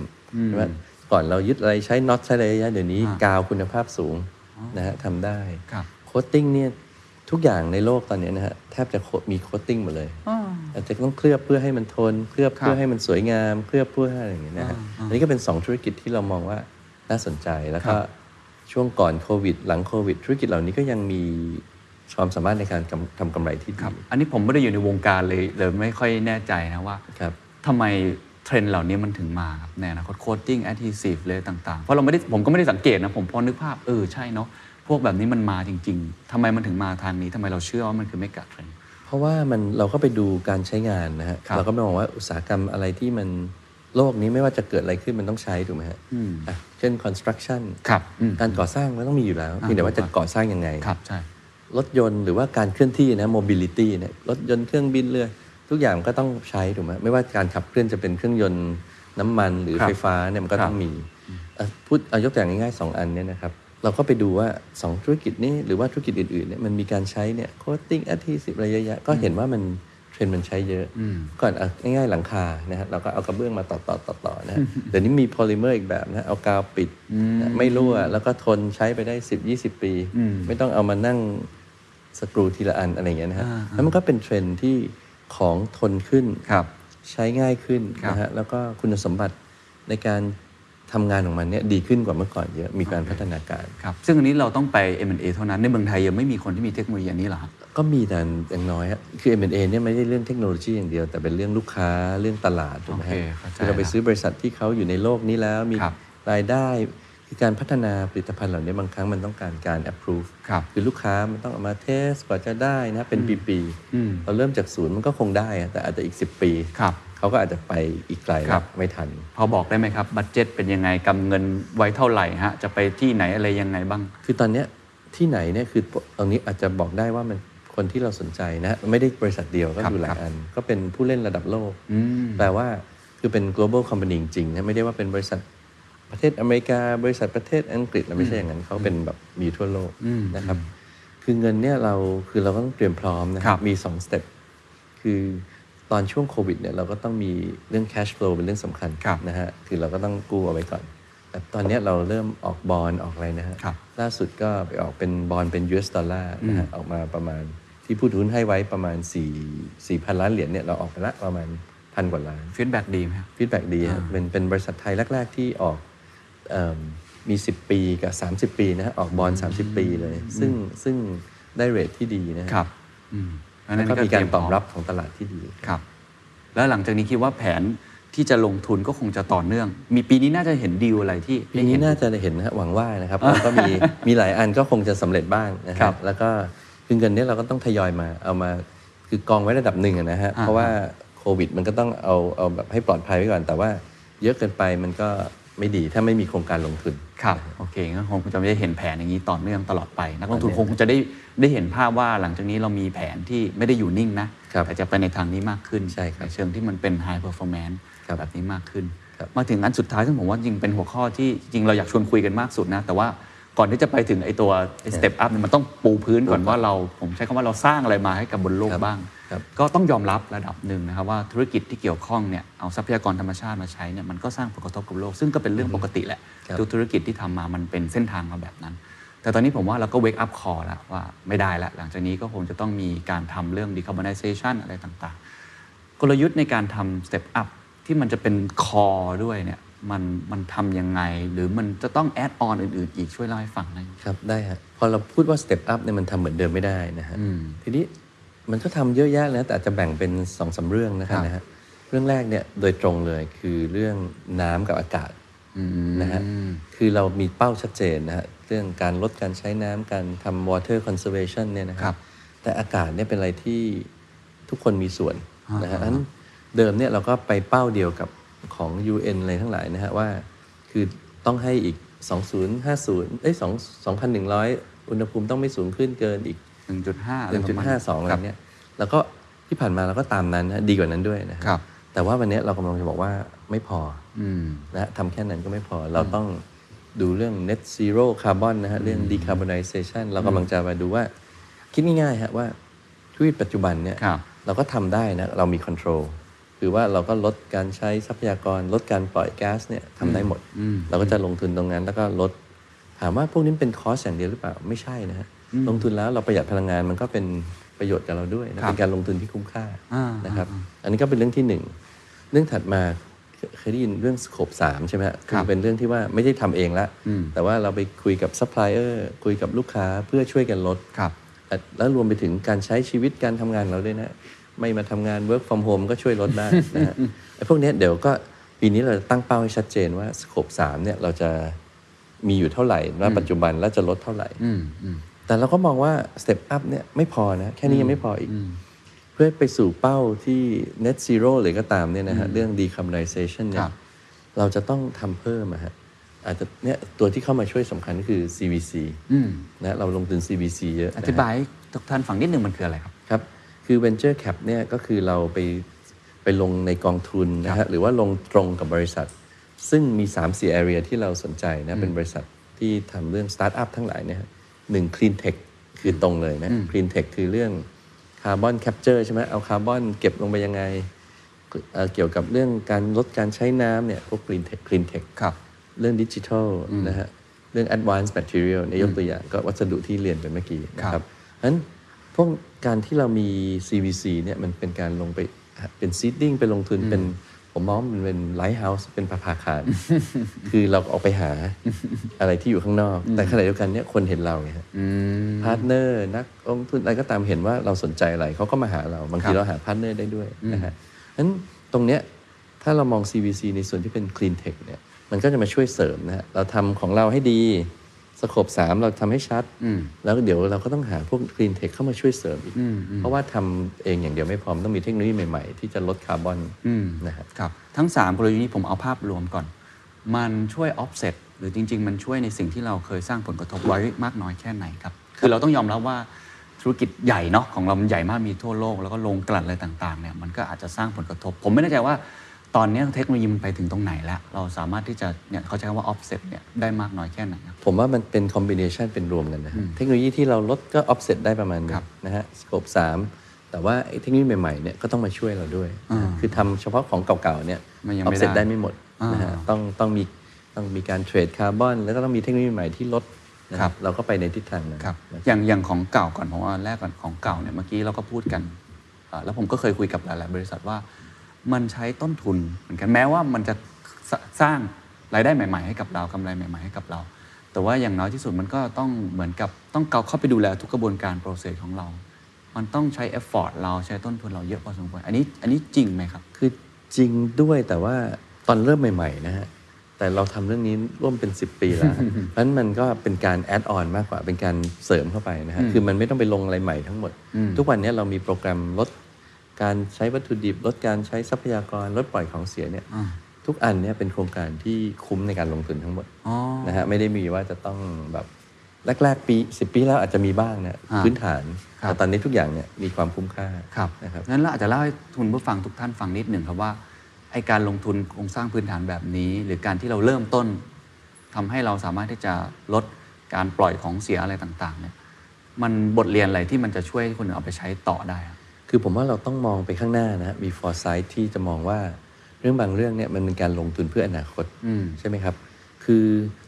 E: ใช่ไหมก่อนเรายึดอะไรใช้น็อตใช้อะไรเยอะๆเดี๋ยวนี้กาวคุณภาพสูงนะฮะทำได้
D: ครับ
E: โคตติ้งเนี่ยทุกอย่างในโลกตอนเนี้ยนะฮะแทบจะโคมีโคตติ้งหมดเลย อาจจะต้องเคลือบเพื่อให้มันทน เคลือบ
D: ครับ
E: เพื่อให้มันสวยงาม เคลือบเพื่อให้อะไรอย่างเงี้ยนะฮะอันนี้ก็เป็น 2 ธุรกิจที่เรามองว่าน่าสนใจแล้วก็
D: ครับ
E: ช่วงก่อนโควิด หลังโควิด ธุรกิจเหล่านี้ก็ยังมีความสามารถในการกำทำกำไรที่ดี
D: อันนี้ผมไม่ได้อยู่ในวงการเลยเลยไม่ค่อยแน่ใจนะว่า
E: ครับ
D: ทำไมเทรนด์เหล่านี้มันถึงมาครับในอนาคตโคดดิ้งแอดทีซีฟเลยต่าง ๆ เพราะเราไม่ได้ผมก็ไม่ได้สังเกตนะ ผมพอนึกภาพ เออ ใช่เนาะพวกแบบนี้มันมาจริง ๆทำไมมันถึงมาทางนี้ทำไมเราเชื่อว่ามันคือเมกะเทรนด์
E: เพราะว่ามันเราก็ไปดูการใช้งานนะฮะ
D: ครับ
E: เราก็ไปมองว่าอุตสาหกรรมอะไรที่มันโลกนี้ไม่ว่าจะเกิดอะไรขึ้นมันต้องใช้ถูกไหมฮะ
D: อืม
E: อ่ะเช่น construction
D: ครับอืม
E: การก่อสร้างมันต้องมีอยู่แล้ว
D: อ่ะ
E: เพียงแต่ว่า
D: ถู
E: จะ
D: กต้อง
E: ก่อสร้างยังไง
D: ครับใช่
E: รถยนต์หรือว่าการเคลื่อนที่นะ mobility เนี่ยรถยนต์เครื่องบินเรือทุกอย่างก็ต้องใช้ถูกไหมไม่ว่าการขับเคลื่อนจะเป็นเครื่องยนต์น้ำมันหรื
D: ค
E: อ
D: รับ
E: ไฟฟ้าเนี่ยมันก็ต้องมีเอ่อพูดเอายกตัวอย่างง่ายๆสองอันเนี่ยนะครับ เราก็ไปดูว่า 2 ธุรกิจนี้หรือว่าธุรกิจอื่นๆเนี่ยมันมีการใช้เนี่ย coating adhesive อะไรเยอะแยะก็เห็นว่ามันเทรนด์มันใช้เยอะ
D: อืม
E: ก่อนเอาง่ายๆหลังคานะฮะเราก็เอากระเบื้องมาต่อๆต่อๆนะฮะเดี๋ยวนี้มีโพลิเมอร์อีกแบบนะฮะเอากาวปิดนะไม่รั่วแล้วก็ทนใช้ไปได้ 10-20 ปี ไม่ต้องเอามานั่ง สกรูทีละอันอะไรอย่างเงี้ยนะฮะ แล้วมันก็เป็นเทรนด์ที่ของทนขึ้น
D: ครับ
E: ใช้ง่ายขึ้น
D: ครับ
E: นะฮะ แล้วก็คุณสมบัติในการทำงานของมันเนี่ยดีขึ้นกว่าเมื่อก่อนเยอะ มีการพัฒนาการ
D: ครับซึ่งอันนี้เราต้องไป M&A เท่านั้นในเมืองไทยยังไม่มีคนที่มีเทคโนโลยีอันนี้เหรอครับ
E: ก็มีแต่อย่างน้อยฮะคือ M&A เนี่ยไม่ได้เรื่องเทคโนโลยีอย่างเดียว แต่เป็นเรื่องลูกค้าเรื่องตลาดถูกไหมฮะ
D: โอเคเข้าใจ
E: คือเราไปซื้อบริษัทที่เขาอยู่ในโลกนี้แล้วมี
D: ครับ
E: รายได้ คือการพัฒนาผลิตภัณฑ์เหล่านี้บางครั้งมันต้องการการ approve
D: ครับ
E: คือลูกค้ามันต้องเอามาเทสกว่าจะได้นะเป็นปี
D: อืม
E: ๆเราเริ่มจากศูนย์มันก็คงได้อะแต่อาจจะอีก 10 ปี
D: ครับ
E: เขาก็อาจจะไปอีกไกล
D: ครับ
E: ไม่ทัน
D: พอบอกได้ไหมครับ บัตเจ็ตเป็นยังไงกำเงินไว้เท่าไหร่ฮะ จะไปที่ไหนอะไรยังไงบ้าง
E: คือตอนเนี้ยที่ไหนเนี่ยคือตอนนี้อาจจะบอกได้ว่ามันคนที่เราสนใจนะไม่ได้บริษัทเดียวก็
D: ครับ
E: ดูห
D: ค
E: ลา
D: รั
E: ย
D: บ
E: อัน ก็เป็นผู้เล่นระดับโลก
D: อืม
E: แปลว่าคือเป็น global company จริงๆนะไม่ได้ว่าเป็นบริษัทประเทศอเมริกา บริษัทประเทศอังกฤษเราไม่ใช่อย่างนั้นเขาเป็นแบบมีทั่วโลก
D: อืม
E: นะครับ คือเงินเนี่ยเราคือเราก็ต้องเตรียมพร้อมนะค
D: ครั
E: รับบ มี2สเต็ปคือตอนช่วงโควิดเนี่ยเราก็ต้องมีเรื่อง cash flow เป็นเรื่องสำคัญ
D: ครับ
E: นะฮะคือเราก็ต้องกู้เอาไว้ก่อน แต่ตอนเนี้ยเราเริ่มออกบอลออกอะไรนะฮะ
D: ครับ
E: ล่าสุดก็ไปออกเป็นบอลเป็น US ดอลลาร์นะฮะออกมาประมาณที่ผู้ถือหุ้นให้ไว้ประมาณ4 4พันล้านเหรียญเนี่ยเราออกไปละประมาณพันกว่าล้าน
D: ฟีดแบ็กดีไหมครับ
E: ฟีดแบ็ดีฮะเป็นเป็นบริษัทไทยแรก ๆ ที่ออกเอิ่มมี 10 ปีกับ 30 ปีนะฮะออกบอล30 ปีเลย ซึ่งซึ่งได้เรทที่ดีนะฮะ
D: ครับ อืมเพราะฉะ
E: แล้วก็
D: เต
E: มีการ
D: ย
E: ตอบรับของตลาดที่ดี
D: ครับ แล้วหลังจากนี้คิดว่าแผนที่จะลงทุนก็คงจะต่อเนื่อง มีปีนี้น่าจะเห็นดีลอะไรที่
E: ปี
D: ได้
E: นี้
D: เห็
E: น่าจะได้เห็นนะฮะหวังว่านะครับแล้วก็มีมีหลายอันก็คงจะสำเร็จบ้างนะค
D: ครั
E: รั
D: บบ
E: แล้วก็คือเงินเนี้เราก็ต้องทยอยมาเอามาคือกองไว้ระดับหนึ่งอะนะฮะ
D: อ่า
E: เพราะว่าโควิดมันก็ต้องเอาเอาแบบให้ปลอดภัยไว้ก่อน แต่ว่าเยอะเกินไปมันก็ไม่ดีถ้าไม่มีโครงการลงทุน
D: ครับ โอเคงั้นคงจะไม่ได้เห็นแผนอย่างนี้ต่อเนื่องตลอดไป นักลงทุนคงจะได้ได้เห็นภาพว่าหลังจากนี้เรามีแผนที่ไม่ได้อยู่นิ่งนะครับ แต่จะไปในทางนี้มากขึ้น
E: ใช่ครับ
D: นเชิงที่มันเป็น high performance
E: ครับ
D: แบบนี้มากขึ้น
E: ครับ
D: มาถึงอันสุดท้ายซึ่งผมว่าจริงเป็นหัวข้อที่จริงเราอยากชวนคุยกันมากสุดนะ แต่ว่าก่อนที่จะไปถึงไอ้ตัว step up เนี่ยมันต้องปูพื้นก่อนว่าเราผมใช้คำว่าเราสร้างอะไรมาให้กับบนโลก
E: ครับ
D: บ้าง
E: ครับ
D: ก็ต้องยอมรับระดับหนึ่งนะครับว่าธุรกิจที่เกี่ยวข้องเนี่ยเอาทรัพยากรธรรมชาติมาใช้เนี่ยมันก็สร้างผลกระทบกับโลก ซึ่งก็เป็นเรื่องปกติแหละ
E: ครับ
D: ทุกธุรกิจที่ทำมามันเป็นเส้นทางมาแบบนั้น แต่ตอนนี้ผมว่าเราก็ wake up call แล้วว่าไม่ได้ละหลังจากนี้ก็คงจะต้องมีการทำเรื่อง decarbonization อะไรต่างๆ กลยุทธ์ในการทำ step up ที่มันจะเป็น core ด้วยเนี่ยมันมันทำยังไง หรือมันจะต้อง add on อื่นๆ อีกช่วยเล่าให้ฟังหน่อย
E: ครับได้ฮะพอเราพูดว่า step up เนี่ยมันทำเหมือนเดิมไม่ได้นะฮะ
D: อืม
E: ทีนี้มันก็ทำเยอะแยะเลยนะแต่อาจจะแบ่งเป็นสองสามเรื่องนะค
D: ค
E: รับ
D: รับ
E: นะฮะเรื่องแรกเนี่ยโดยตรงเลยคือเรื่องน้ำกับอากาศ
D: อืม
E: นะฮะคือเรามีเป้าชัดเจนนะฮะเรื่องการลดการใช้น้ำการทำ water conservation เนี่ยนะค
D: ครั
E: รั
D: บบ
E: แต่อากาศเนี่ยเป็นอะไรที่ทุกคนมีส่วนนะฮะ
D: อ่าฮะ
E: อันเดิมเนี่ยเราก็ไปเป้าเดียวกับของ UN อะไรทั้งหลายนะฮะว่า คือต้องให้อีก 2050เอ้ย2 2,100 อุณหภูมิต้องไม่สูงขึ้นเกินอีก
D: หนึ่งจุดห้าอะไร
E: หนึ่ง
D: ป
E: จุด
D: ระมาณ
E: ห้าสองอะไร
D: ครับ
E: เนี่ยแล้วก็ที่ผ่านมาเราก็ตามนั้นนะดีกว่านั้นด้วยนะฮะ
D: ครับ
E: แต่ว่าวันเนี้ยเรากำลังจะบอกว่าไม่พอ
D: อืม
E: นะฮะทำแค่นั้นก็ไม่พอเราต้องดูเรื่อง net zero carbon นะฮะเรื่อง decarbonization เรากำลังจะมาดูว่า คิดง่ายๆฮะว่าชีวิตปัจจุบันเนี่ย
D: ครับ
E: เราก็ทำได้นะ เรามี control คือว่าเราก็ลดการใช้ทรัพยากร ลดการปล่อยแก๊สเนี่ยทำได้หมด เราก็จะลงทุนตรงนั้นแล้วก็ลด ถามว่าพวกนี้เป็นคอสอย่างเดียวหรือเปล่า ไม่ใช่นะฮะลงทุนแล้วเราประหยัดพลังงานมันก็เป็นประโยชน์กับเราด้วยนะครับ เป็นการลงทุนที่คุ้มค่า
D: อ่า
E: นะครับ อันนี้ก็เป็นเรื่องที่หนึ่ง เรื่องถัดมาเคเคยได้ยินเรื่องสโคปสามใช่ไหมฮะ
D: ครับ
E: เป็นเรื่องที่ว่าไม่ได้ทำเองละ
D: อืม
E: แต่ว่าเราไปคุยกับซัพพลายเออร์คุยกับลูกค้าเพื่อช่วยกันลด
D: ครับ
E: และแล้วรวมไปถึงการใช้ชีวิตการทำงานเราด้วยนะ ไม่มาทำงาน work from home ก็ช่วยลด ได้นะฮะ ไอ้พวกเนี้ยเดี๋ยวก็ปีนี้เราจะตั้งเป้าให้ชัดเจนว่าสโคปสามเนี่ยเราจะมีอยู่เท่าไหร่ณปัจจุบันแล้วจะลดเท่าไหร่
D: อืมอืม
E: แต่เราก็มองว่าสเต็ปอัพเนี่ยไม่พอนะ แค่นี้ยังไม่พออีก เพื่อไปสู่เป้าที่ net zero หรือก็ตามเนี่ยนะฮะ เรื่อง decarbonization เนี่
D: ครั
E: ย
D: บ
E: เราจะต้องทำเพิ่มอะฮะอาจจะเนี่ยตัวที่เข้ามาช่วยสำคัญก็คือ CVC
D: อืม
E: นะเราลงทุน CVC เยอะนะ
D: อ
E: ฮะ
D: ธิบายให้ทุกท่านฟังนิดนึงมันคืออะไรครับ
E: ครับ คือ Venture Cap เนี่ยก็คือเราไปไปลงในกองทุนนะฮะหรือว่าลงตรงกับบริษัท ซึ่งมี 3 4 area ที่เราสนใจนะ เป็นบริษัทที่ทำเรื่อง Startup ทั้งหลายเนี่ยฮะหนึ่ง Clean Tech คือตรงเลยนะ Clean Tech คือเรื่อง Carbon Capture ใช่ไหมเอาคาร์บอนเก็บลงไปยังไงเอ่อเกี่ยวกับเรื่องการลดการใช้น้ำเนี่ยพวก Clean Tech Clean Tech
D: ครับ
E: เรื่องดิจิทัลนะฮะเรื่อง advanced material เนี่ยยกตัวอย่างก็วัสดุที่เรียนไปเมื่อกี้นะ
D: ค
E: ค
D: รั
E: รั
D: บบ
E: เพราะฉะนั้นพวกการที่เรามี CVC เนี่ยมันเป็นการลงไปเป็น seeding ไปลงทุนเป็นผมมองว่ามันเป็น lighthouse เป็นประภา คาร คือเราออกไปหาอะไรที่อยู่ข้างนอก แต่ขณะเดียวกันเนี่ยคนเห็นเราไงฮะพาร์ทเนอร์นักลงทุนอะไรก็ตามเห็นว่าเราสนใจอะไรเขาก็มาหาเรา บาง
D: ครั
E: ที
D: บ
E: เราหาพาร์ทเนอร์ได้ด้วยนะฮะเพราะฉะนั้นตรงเนี้ย ถ้าเรามอง CVC ในส่วนที่เป็น Clean Tech เนี่ย มันก็จะมาช่วยเสริมนะฮะ เราทำของเราให้ดี สโคบสามเราทำให้ชัด แล้วเดี๋ยวเราก็ต้องหาพวก Clean Tech เข้ามาช่วยเสริมอีก เพราะว่าทำเองอย่างเดียวไม่พอมันต้องมีเทคโนโลยีใหม่ๆ ที่จะลดคาร์บอนนะฮะ
D: ครับ ทั้ง 3 กลยุทธ์นี้ผมเอาภาพรวมก่อน มันช่วย offset หรือจริง ๆ มันช่วยในสิ่งที่เราเคยสร้างผลกระทบไว้มากน้อยแค่ไหนครับ คือเราต้องยอมรับว่าธุรกิจใหญ่เนาะของเรามันใหญ่มากมีทั่วโลก แล้วก็ลงกลั่นอะไรต่างๆเนี่ยมันก็อาจจะสร้างผลกระทบ ผมไม่แน่ใจว่าตอนนี้เทคโนโลยีมันไปถึงตรงไหนแล้ว เราสามารถที่จะเนี่ยเขาใช้คำว่า offset เนี่ยได้มากน้อยแค่ไหนครับ
E: ผมว่ามันเป็นคอมบิเนชันเป็นรวมกันนะฮะเทคโนโลยีที่เราลดก็ออฟเซตได้ประมาณหนึ
D: ครั
E: ง
D: บ
E: นะฮะสโคปสามแต่ว่าไอ้เทคโนโลยีใหม่ๆเนี่ยก็ต้องมาช่วยเราด้วยนะฮะ
D: อ่า
E: คือทำเฉพาะของเก่าๆเนี่ย
D: มันยัง
E: ออ
D: ไม่
E: ฟ
D: ได้
E: เซตได้ไม่หมดนะฮะ
D: อ่า
E: ต้องต้องมีต้องมีการเทรดคาร์บอนแล้วก็ต้องมีเทคโนโลยีใหม่ที่ลดนะฮะ
D: ครับ
E: เราก็ไปในทิศทางนั้น
D: ครับ
E: นะ
D: อย่างอย่างของเก่าก่อนผมว่าแรกก่อนของเก่าเนี่ยเมื่อกี้เราก็พูดกันเอ่อแล้วผมก็เคยคุยกับหลาย ๆ บริษัทว่า มันใช้ต้นทุนเหมือนกันแม้ว่ามันจะสสร้างรายได้ใหม่ ๆ ให้กับเรากำไรใหม่ ๆ ให้กับเรา แต่ว่าอย่างน้อยที่สุดมันก็ต้องเหมือนกับต้องเกาเข้าไปดูแลทุกกระบวนการโปรเซสของเรา มันต้องใช้เอฟฟอร์ตเราใช้ต้นทุนเราเยอะพอสมควรอันนี้อันนี้จริงไหมครับ
E: คือจริงด้วยแต่ว่าตอนเริ่มใหม่ ๆ นะฮะ แต่เราทำเรื่องนี้ร่วมเป็น 10 ปี แล้ว เพราะฉะนั้นมันก็เป็นการแอดออนมากกว่าเป็นการเสริมเข้าไปนะฮะ คือมันไม่ต้องไปลงอะไรใหม่ทั้งหมด ทุกวันนี้เรามีโปรแกรมลดการใช้วัตถุดิบ ลดการใช้ทรัพยากรลดปล่อยของเสียเนี่ยทุกอันเนี่ยเป็นโครงการที่คุ้มในการลงทุนทั้งหมด
D: อ๋อ
E: นะฮะไม่ได้มีว่าจะต้องแบบแรกๆปี10 ปีแล้วอาจจะมีบ้างนะ
D: อ่า
E: พื้นฐาน
D: ครับ
E: แต่ตอนนี้ทุกอย่างเนี่ยมีความคุ้มค่านะครับ
D: งั้นเราอาจจะเล่าให้คุณผู้ฟังทุกท่านฟังนิดหนึ่งครับว่าไอการลงทุนโครงสร้างพื้นฐานแบบนี้ หรือการที่เราเริ่มต้นทำให้เราสามารถที่จะลดการปล่อยของเสียอะไรต่างๆเนี่ยมันบทเรียนอะไรที่มันจะช่วยให้คนเอาไปใช้ต่อได้ครับ
E: คือผมว่าเราต้องมองไปข้างหน้านะ มีฟอร์ i ซ h ์ที่จะมองว่าเรื่องบางเรื่องเนี่ยมันเป็นการลงทุนเพื่ออนาคต
D: อืม
E: ใช่ไหมครับ คือ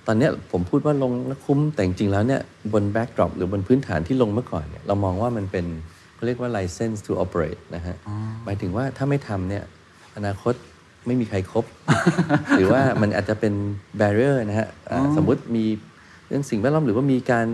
E: ตอนเนี้ยผมพูดว่าลงแล้วคุ้มแต่จริงๆแล้วเนี่ยบนแบ็กดรอปหรือบนพื้นฐานที่ลงเมื่อก่อนเนี่ยเรามองว่ามันเป็นเขาเรียกว่า license to operate นะฮะหมายถึงว่าถ้าไม่ทำเนี่ยอนาคตไม่มีใครครบ หรือว่ามันอาจจะเป็น barrier นะฮะอ่าสมมุติมีเรื่องสิ่งแวดล้อมหรือว่ามีการ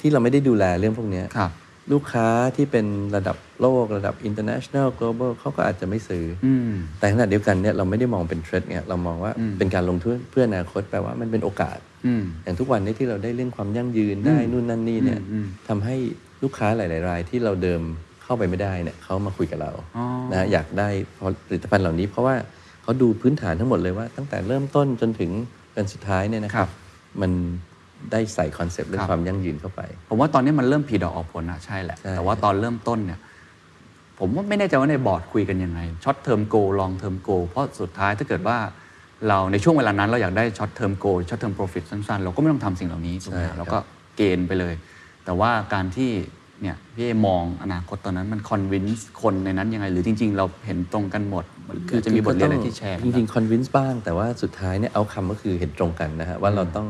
E: ที่เราไม่ได้ดูแลเรื่องพวกเนี้ย
D: ครับ
E: ลูกค้าที่เป็นระดับโลกระดับ international global เขาก็อาจจะไม่ซื้ออ
D: อืม
E: แต่ขณะเดียวกันเนี่ยเราไม่ได้มองเป็นเทรดเนี่ยเรามองว่าเป็นการลงทุนเพื่ออนาคตแปลว่ามันเป็นโอกาส
D: อืม
E: อย่างทุกวันนี้ที่เราได้เรื่องความยั่งยืนได้นู่นนั่นนี่เนี่ยทำให้ลูกค้าหลาย ๆ รายที่เราเดิมเข้าไปไม่ได้เนี่ยเขามาคุยกับเรา
D: อ๋อ
E: นะอยากได้ผลิตภัณฑ์เหล่านี้ เพราะว่าเขาดูพื้นฐานทั้งหมดเลยว่า ตั้งแต่เริ่มต้นจนถึงเป็นสุดท้ายเนี่ยนะครับ มันได้ใส่คอนเซปต์เรื่องความยั่งยืนเข้าไป
D: ผมว่าตอนนี้มันเริ่มผีดอกออกผลนะใช่แหละ
E: ใช่
D: แต่ว่าตอนเริ่มต้นเนี่ย ผมว่าไม่แน่ใจว่าในบอร์ดคุยกันยังไงช็อตเทอมโกลองเทอมโกเพราะสุดท้ายถ้าเกิดว่าเราในช่วงเวลานั้นเราอยากได้ช็อตเทอมโกช็อตเทอมโปรฟิตสั้นๆ เราก็ไม่ต้องทำสิ่งเหล่านี้ถูกไหมฮะเราก็เกณฑ์ไปเลย แต่ว่าการที่เนี่ยพี่เอมองอนาคตตอนนั้นมันคอนวินส์คนในนั้นยังไง หรือจริง ๆ เราเห็นตรงกันหมดคือจะมีบทเรียนอะไรที่แชร์
E: จริงๆ convince บ้างแต่ว่าสุดท้ายเนี่ยเอาคำก็คือเห็นตรงกันนะฮะว่าเราต้อง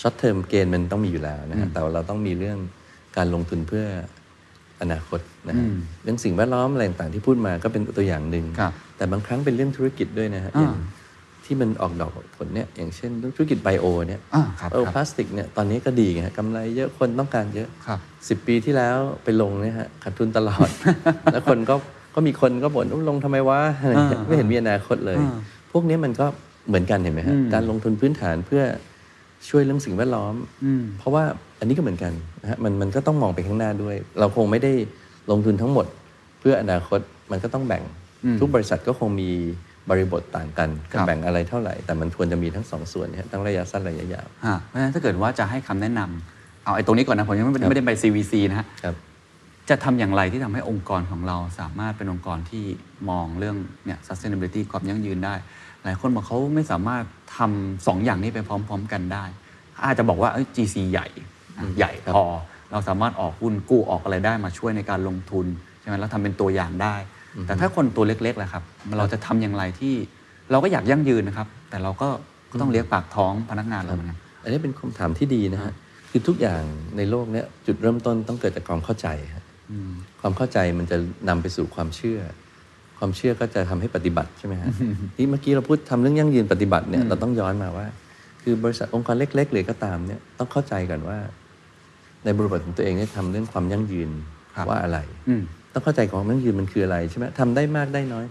E: short term gain มันต้องมีอยู่แล้วนะฮะแต่ว่าเราต้องมีเรื่องการลงทุนเพื่ออนาคตนะฮะเรื่องสิ่งแวดล้อมอะไรต่างๆที่พูดมาก็เป็นตัวอย่างหนึ่ง
D: ๆครับ
E: แต่บางครั้งเป็นเรื่องธุรกิจด้วยนะฮะ
D: อ่า
E: อย่างที่มันออกดอกออกผลเนี่ยอย่างเช่นเรื่องธุรกิจไบโอเนี่ย
D: อ่าครับ
E: เออ
D: ครับ
E: พลาสติกเนี่ยตอนนี้ก็ดีไงฮะกำไรเยอะคนต้องการเยอะ
D: ครับ
E: สิบปีที่แล้วไปลงเนี่ยฮะขาดทุนตลอ ด แล้วคนก็ก็มีคนก็บ่นอุ๊ยลงทำไมวะอะไรอย่างเงี้ยไม่เห็นมีอนาคตเลย พวกนี้มันก็เหมือนกันเห็นไหมฮะการลงทุนพื้นฐานเพื่อช่วยเรื่องสิ่งแวดล้อม เพราะว่าอันนี้ก็เหมือนกันนะฮะมันมันก็ต้องมองไปข้างหน้าด้วย เราคงไม่ได้ลงทุนทั้งหมด เพื่ออนาคตมันก็ต้องแบ่ง ทุกบริษัทก็คงมีบริบทต่างกัน
D: ครับ
E: แบ่งอะไรเท่าไหร่ แต่มันควรจะมีทั้งสองส่วนเนี่ยทั้งระยะสั้นระยะยาว
D: ฮะเพราะฉะนั้นถ้าเกิดว่าจะให้คำแนะนำเอาไอ้ตรงนี้ก่อนนะผมยังไม่ได้ไม่ได้ไป CVC นะฮะ
E: ครับ
D: จะทำอย่างไรที่ทำให้องค์กรของเราสามารถเป็นองค์กรที่มองเรื่องเนี่ย sustainability ความยั่งยืนได้ หลายคนบอกเขาไม่สามารถทำสองอย่างนี้ไปพร้อม ๆ กันได้ อาจจะบอกว่าเอ้ย GC ใหญ่อ่ะใหญ่พอเราสามารถออกหุ้นกู้ออกอะไรได้มาช่วยในการลงทุนใช่ไหมแล้วทำเป็นตัวอย่างได้ แต่ถ้าคนตัวเล็กๆล่ะครับ เราจะทำอย่างไรที่เราก็อยากยั่งยืนนะครับ แต่เราก็ก็ต้องเลี้ยงปากท้องพนักงานเราเหมือนกัน
E: อันนี้เป็นคำถามที่ดีนะฮะ คือทุกอย่างในโลกเนี้ยจุดเริ่มต้นต้องเกิดจากความเข้าใจฮะความเข้าใจมันจะนำไปสู่ความเชื่อ ความเชื่อก็จะทำให้ปฏิบัติใช่ไหมฮะ ที่เมื่อกี้เราพูดทำเรื่องยั่งยืนปฏิบัติเนี่ยเราต้องย้อนมาว่า คือบริษัทองค์กรเล็กๆเลยก็ตามเนี่ยต้องเข้าใจก่อนว่า ในบริบทของตัวเองเนี่ยทำเรื่องความยั่งยืน
D: ครับ
E: ว่าอะไร
D: อืม
E: ต้องเข้าใจความยั่งยืนมันคืออะไรใช่ไหมทำได้มากได้น้อย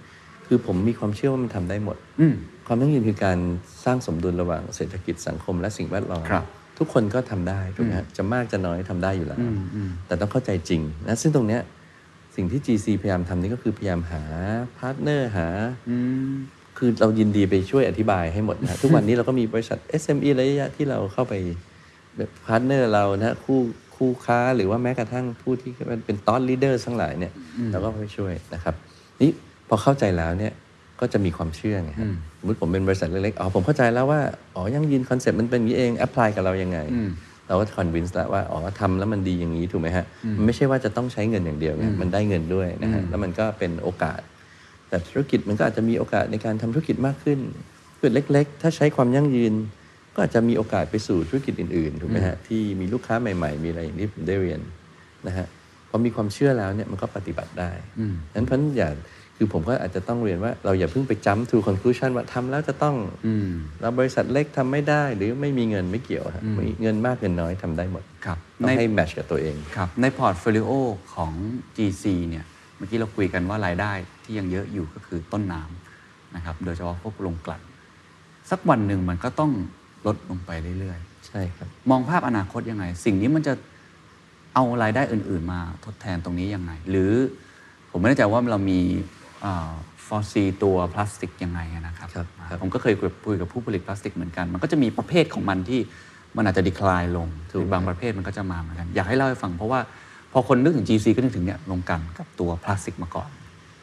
E: คือผมมีความเชื่อว่ามันทำได้หมด
D: อืม
E: ความยั่งยืนคือการสร้างสมดุลระหว่างเศรษฐกิจสังคมและสิ่งแวดล้อม
D: ครับ
E: ทุกคนก็ทำได้ถูกไหมฮะจะมากจะน้อยทำได้อยู่แล้ว แต่ต้องเข้าใจจริงนะซึ่งตรงเนี้ยสิ่งที่ GC พยายามทำนี่ก็คือพยายามหาพาร์ทเนอร์หา คือเรายินดีไปช่วยอธิบายให้หมดนะฮะ ทุกวันนี้เราก็มีบริษัท SME ระยะที่เราเข้าไปแบบพาร์ทเนอร์เรานะฮะคู่คู่ค้าหรือว่าแม้กระทั่งผู้ที่เป็นเป็นตอนลีดเดอร์ทั้งหลายเนี่ยเราก็ไปช่วยนะครับ นี่พอเข้าใจแล้วเนี่ยก็จะมีความเชื่อไงฮะสมมติผมเป็นบริษัทเล็กๆอ๋อผมเข้าใจแล้วว่าอ๋อยั่งยืนคอนเซ็ปต์มันเป็นอย่างนี้เองแอพพลายกับเรายังไง เราก็คอนวินส์แล้วว่าอ๋อทำแล้วมันดีอย่างนี้ถูกไหมฮะมันไม่ใช่ว่าจะต้องใช้เงินอย่างเดียวไงมันได้เงินด้วยนะฮะแล้วมันก็เป็นโอกาส แต่ธุรกิจมันก็อาจจะมีโอกาสในการทำธุรกิจมากขึ้นธุรกิจเล็ก ๆ ถ้าใช้ความยั่งยืน ก็อาจจะมีโอกาสไปสู่ธุรกิจอื่นๆถูกไหมฮะที่มีลูกค้าใหม่ๆ มีอะไรอย่างที่ผมได้เรียนนะฮะพอมีความเชื่อแล้วเนี่ยมันก็ปฏิบัติได้นั้นเพราะฉะนั้นอย่า คือผมก็อาจจะต้องเรียนว่าเราอย่าเพิ่งไป jump to conclusion ว่าทำแล้วจะต้อง
D: อืม
E: แล้วบริษัทเล็กทำไม่ได้หรือไม่มีเงินไม่เกี่ยวฮะ
D: อืม
E: มีเงินมากเงินน้อยทำได้หมด
D: ครับ
E: ต้อ
D: ใน
E: งให้แมชกับตัวเอง
D: ครับในพอร์ตโฟลิโอของ GC เนี่ยเมื่อกี้เราคุยกันว่ารายได้ที่ยังเยอะอยู่ก็คือต้นน้ำนะครับโดยเฉพาะพวกโรงกลั่นสักวันหนึ่งมันก็ต้องลดลงไปเรื่อยๆ
E: ใช่ครับ
D: มองภาพอนาคตยังไง สิ่งนี้มันจะเอารายได้อื่น ๆ มาทดแทนตรงนี้ยังไง หรือผมไม่แน่ใจว่าเรามีฟอสซีตัวพลาสติกยังไงนะครับ
E: ครับครับ
D: ผมก็เคยคุยคุยกับผู้ผลิตพลาสติกเหมือนกัน มันก็จะมีประเภทของมันที่มันอาจจะดีคลายลงหรือบางประเภทมันก็จะมาเหมือนกัน อยากให้เล่าให้ฟังเพราะว่าพอคนนึกถึง GC ก็นึกถึงเนี่ยลงกันกับตัวพลาสติกมาก่อน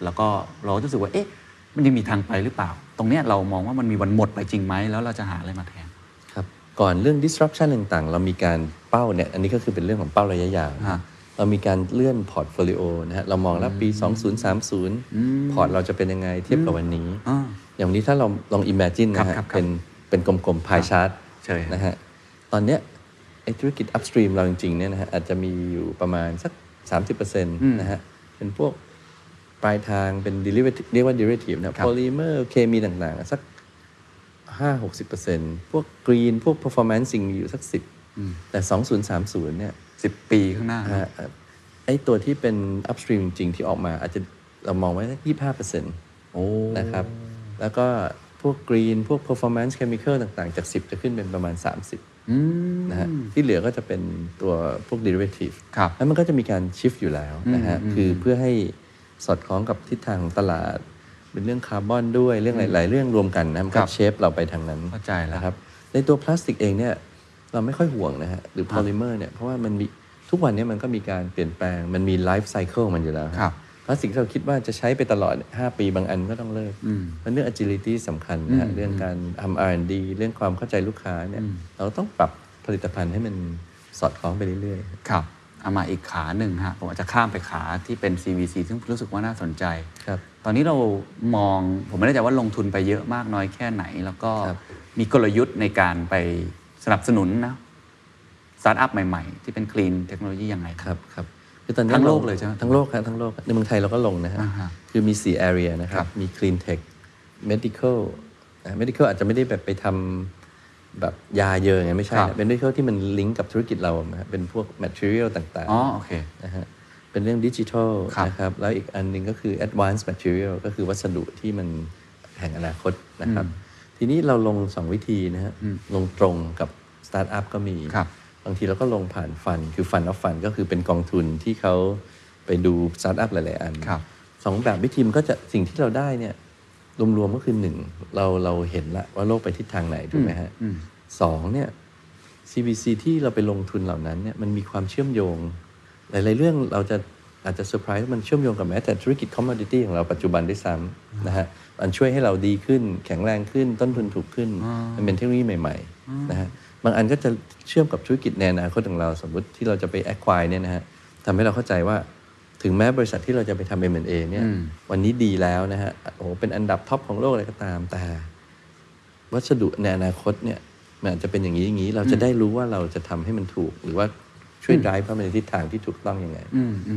D: แล้วก็เราก็รู้สึกว่าเอ๊ะมันยังมีทางไปหรือเปล่า ตรงเนี้ยเรามองว่ามันมีวันหมดไปจริงไหมแล้วเราจะหาอะไรมาแทน
E: ครับก่อนเรื่อง disruption ต่างๆ เรามีการเป้าเนี่ยอันนี้ก็คือเป็นเรื่องของเป้าระยะยาว
D: ฮะ
E: เรามีการเลื่อนพอร์ตโฟลิโอนะฮะเรามองแล้วปี 2030 พอร์ตเราจะเป็นยังไงเทียบกับวันนี้
D: อ่า
E: อย่างวันนี้ถ้าเราลอง imagine นะฮะ
D: ครับครับ
E: เป็นเป็นกลมๆ pie chart
D: เชิญ
E: นะฮะตอนเนี้ยไอธุรกิจ upstream เราจริงๆเนี่ยนะฮะอาจจะมีอยู่ประมาณสัก 30%นะฮะเป็นพวก ปลายทางเป็น derivative เรียกว่า derivative นะ
D: ครับ
E: polymer เคมีต่างๆ สัก 5-60%พวก green พวก performance สิ่งมีอยู่สัก 10 แต่ 2030 เนี่ย
D: สิบปีข้างหน้าเน
E: อ่า
D: อะ
E: อ่าไอตัวที่เป็น upstream จริงๆ ที่ออกมาอาจจะเรามองไว้สัก 25%
D: โอ้
E: นะครับ แล้วก็พวก green พวก performance chemical ต่างๆ จาก 10 จะขึ้นเป็นประมาณ 30
D: อืม
E: นะฮะที่เหลือก็จะเป็นตัวพวก derivative
D: ครับ
E: แล้วมันก็จะมีการชิฟอยู่แล้วนะฮะ คือเพื่อให้สอดคล้องกับทิศทางของตลาด เป็นเรื่องคาร์บอนด้วย เรื่องหลาย ๆ เรื่องรวมกันนะมัน
D: ค
E: ก็
D: รับ
E: เชฟเราไปทางนั้น
D: เข้าใจแล้ว
E: นะครับ ในตัวพลาสติกเองเนี่ยเราไม่ค่อยห่วงนะฮะ หรือโพลิเมอร์เนี่ย เพราะว่ามันมีทุกวันเนี้มันก็มีการเปลี่ยนแปลง มันมีไลฟ์ไซเคิลมันอยู่แล้วฮะ
D: ครับ
E: พลาสติกที่เราคิดว่าจะใช้ไปตลอด 5 ปีบางอันก็ต้องเลิกเพราะเรื่อง agility สำคัญนะฮะเรื่องการทำ R&D เรื่องความเข้าใจลูกค้าเนี่ยเราต้องปรับผลิตภัณฑ์ให้มันสอดคล้องไปเรื่อยๆ
D: ครับเอามาอีกขาหนึ่งฮะ ผมอาจจะข้ามไปขาที่เป็น CVC ซึ่งรู้สึกว่าน่าสนใจ
E: ครับ
D: ตอนนี้เรามอง ผมไม่แน่ใจว่าลงทุนไปเยอะมากน้อยแค่ไหน แล้วก็มีกลยุทธ์ในการไปสนับสนุนนะ สตาร์ทอัพใหม่ ๆ ที่เป็น Clean เทคโนโลยียังไง
E: ครับครับคือตอนนี้
D: ทั้งโลก
E: า
D: เลยใช่ไหม
E: ทั้งโลกครับทั้งโลกในเมืองไทยเราก็ลงนะฮะ
D: อ่าฮะ
E: คือมี 4 area นะค
D: ครั
E: รับ
D: บ
E: มี clean tech medical อ่า medical อาจจะไม่ได้แบบไปทำแบบยาเยอะไงไม่ใช่
D: ครั
E: นะ
D: บ
E: เป็น medical ที่มันลิงก์กับธุรกิจเราอะนะฮะเป็นพวก material ต่าง
D: อ๋อโอเค
E: ๆนะฮะเป็นเรื่องดิจิทัล
D: ครับ
E: นะครับ แล้วอีกอันหนึงก็คือ advanced material ก็คือวัสดุที่มันแห่งอนาคตนะครับ ทีนี้เราลง 2 วิธีนะฮะลงตรงกับ Startup ก็มี
D: ครับ
E: บางทีเราก็ลงผ่านฟัน คือฟันออฟฟันก็คือเป็นกองทุนที่เขาไปดูสตาร์ทอัพหลาย ๆ อัน
D: ครับ
E: สองแบบวิธีมันก็จะสิ่งที่เราได้เนี่ยรวม ๆ ก็คือหนึ่งเราเราเห็นละว่าโลกไปทิศทางไหน ถูกไหมฮะสองเนี่ย CVC ที่เราไปลงทุนเหล่านั้นเนี่ยมันมีความเชื่อมโยง หลาย ๆ เรื่องเราจะอาจจะเซอร์ไพรส์ว่ามันเชื่อมโยงกับแม้แต่ธุรกิจคอมม o ดิตี้ของเราปัจจุบันด้วยซ้ำนะฮะมันช่วยให้เราดีขึ้น แข็งแรงขึ้นต้นทุนถูกขึ้น มันเป็นเทคโนโลยีใหม่ ๆ นะฮะบางอันก็จะเชื่อมกับธุรกิจในอนาคตของเราสมมติที่เราจะไปแอคควายเนี่ยนะฮะทำให้เราเข้าใจว่าถึงแม้บริษัทที่เราจะไปทำ M&A เนี่ยวันนี้ดีแล้วนะฮะโอ้โหเป็นอันดับท็อปของโลกอะไรก็ตามแต่ วัสดุในอนาคตเนี่ยมันอาจจะเป็นอย่างนี้อย่างนี้ เราจะได้รู้ว่าเราจะทำให้มันถูก หรือว่าช่วย drive เข้าไปในทิศทางที่ถูกต้องยังไง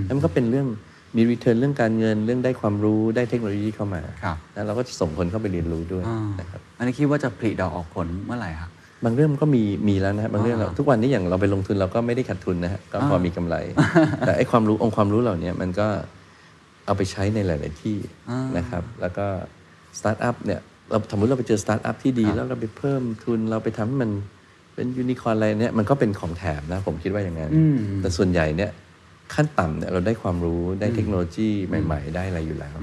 E: แล้วมันก็เป็นเรื่องมีรีเทิร์นเรื่องการเงินเรื่องได้ความรู้ได้เทคโนโลยีเข้ามา
D: ครับ
E: แล้วเราก็จะส่งคนเข้าไปเรียนรู้ด้วย
D: อ่า
E: นะครับ
D: อันนี้คิดว่าจะผลิดอกออกผลเมื่อไหร่ครับ
E: บางเรื่องมันก็มีมีแล้วนะฮะบางเรื่องเราทุกวันนี้อย่างเราไปลงทุนเราก็ไม่ได้ขาดทุนนะฮะก็พอมีกำไร แต่ไอ้ความรู้องค์ความรู้เหล่านี้มันก็เอาไปใช้ในหลาย ๆ ที่นะครับ แล้วก็สตาร์ทอัพเนี่ยเราสมมติเราไปเจอสตาร์ทอัพที่ดี แล้วเราไปเพิ่มทุนเราไปทำให้มันเป็นยูนิคอร์นอะไรเนี่ยมันก็เป็นของแถมนะผมคิดว่าอย่างนั้น แต่ส่วนใหญ่เนี่ยขั้นต่ำเนี่ยเราได้ความรู้ได้เทคโนโลยีใหม่ ๆ ได้อะไรอยู่แล้ว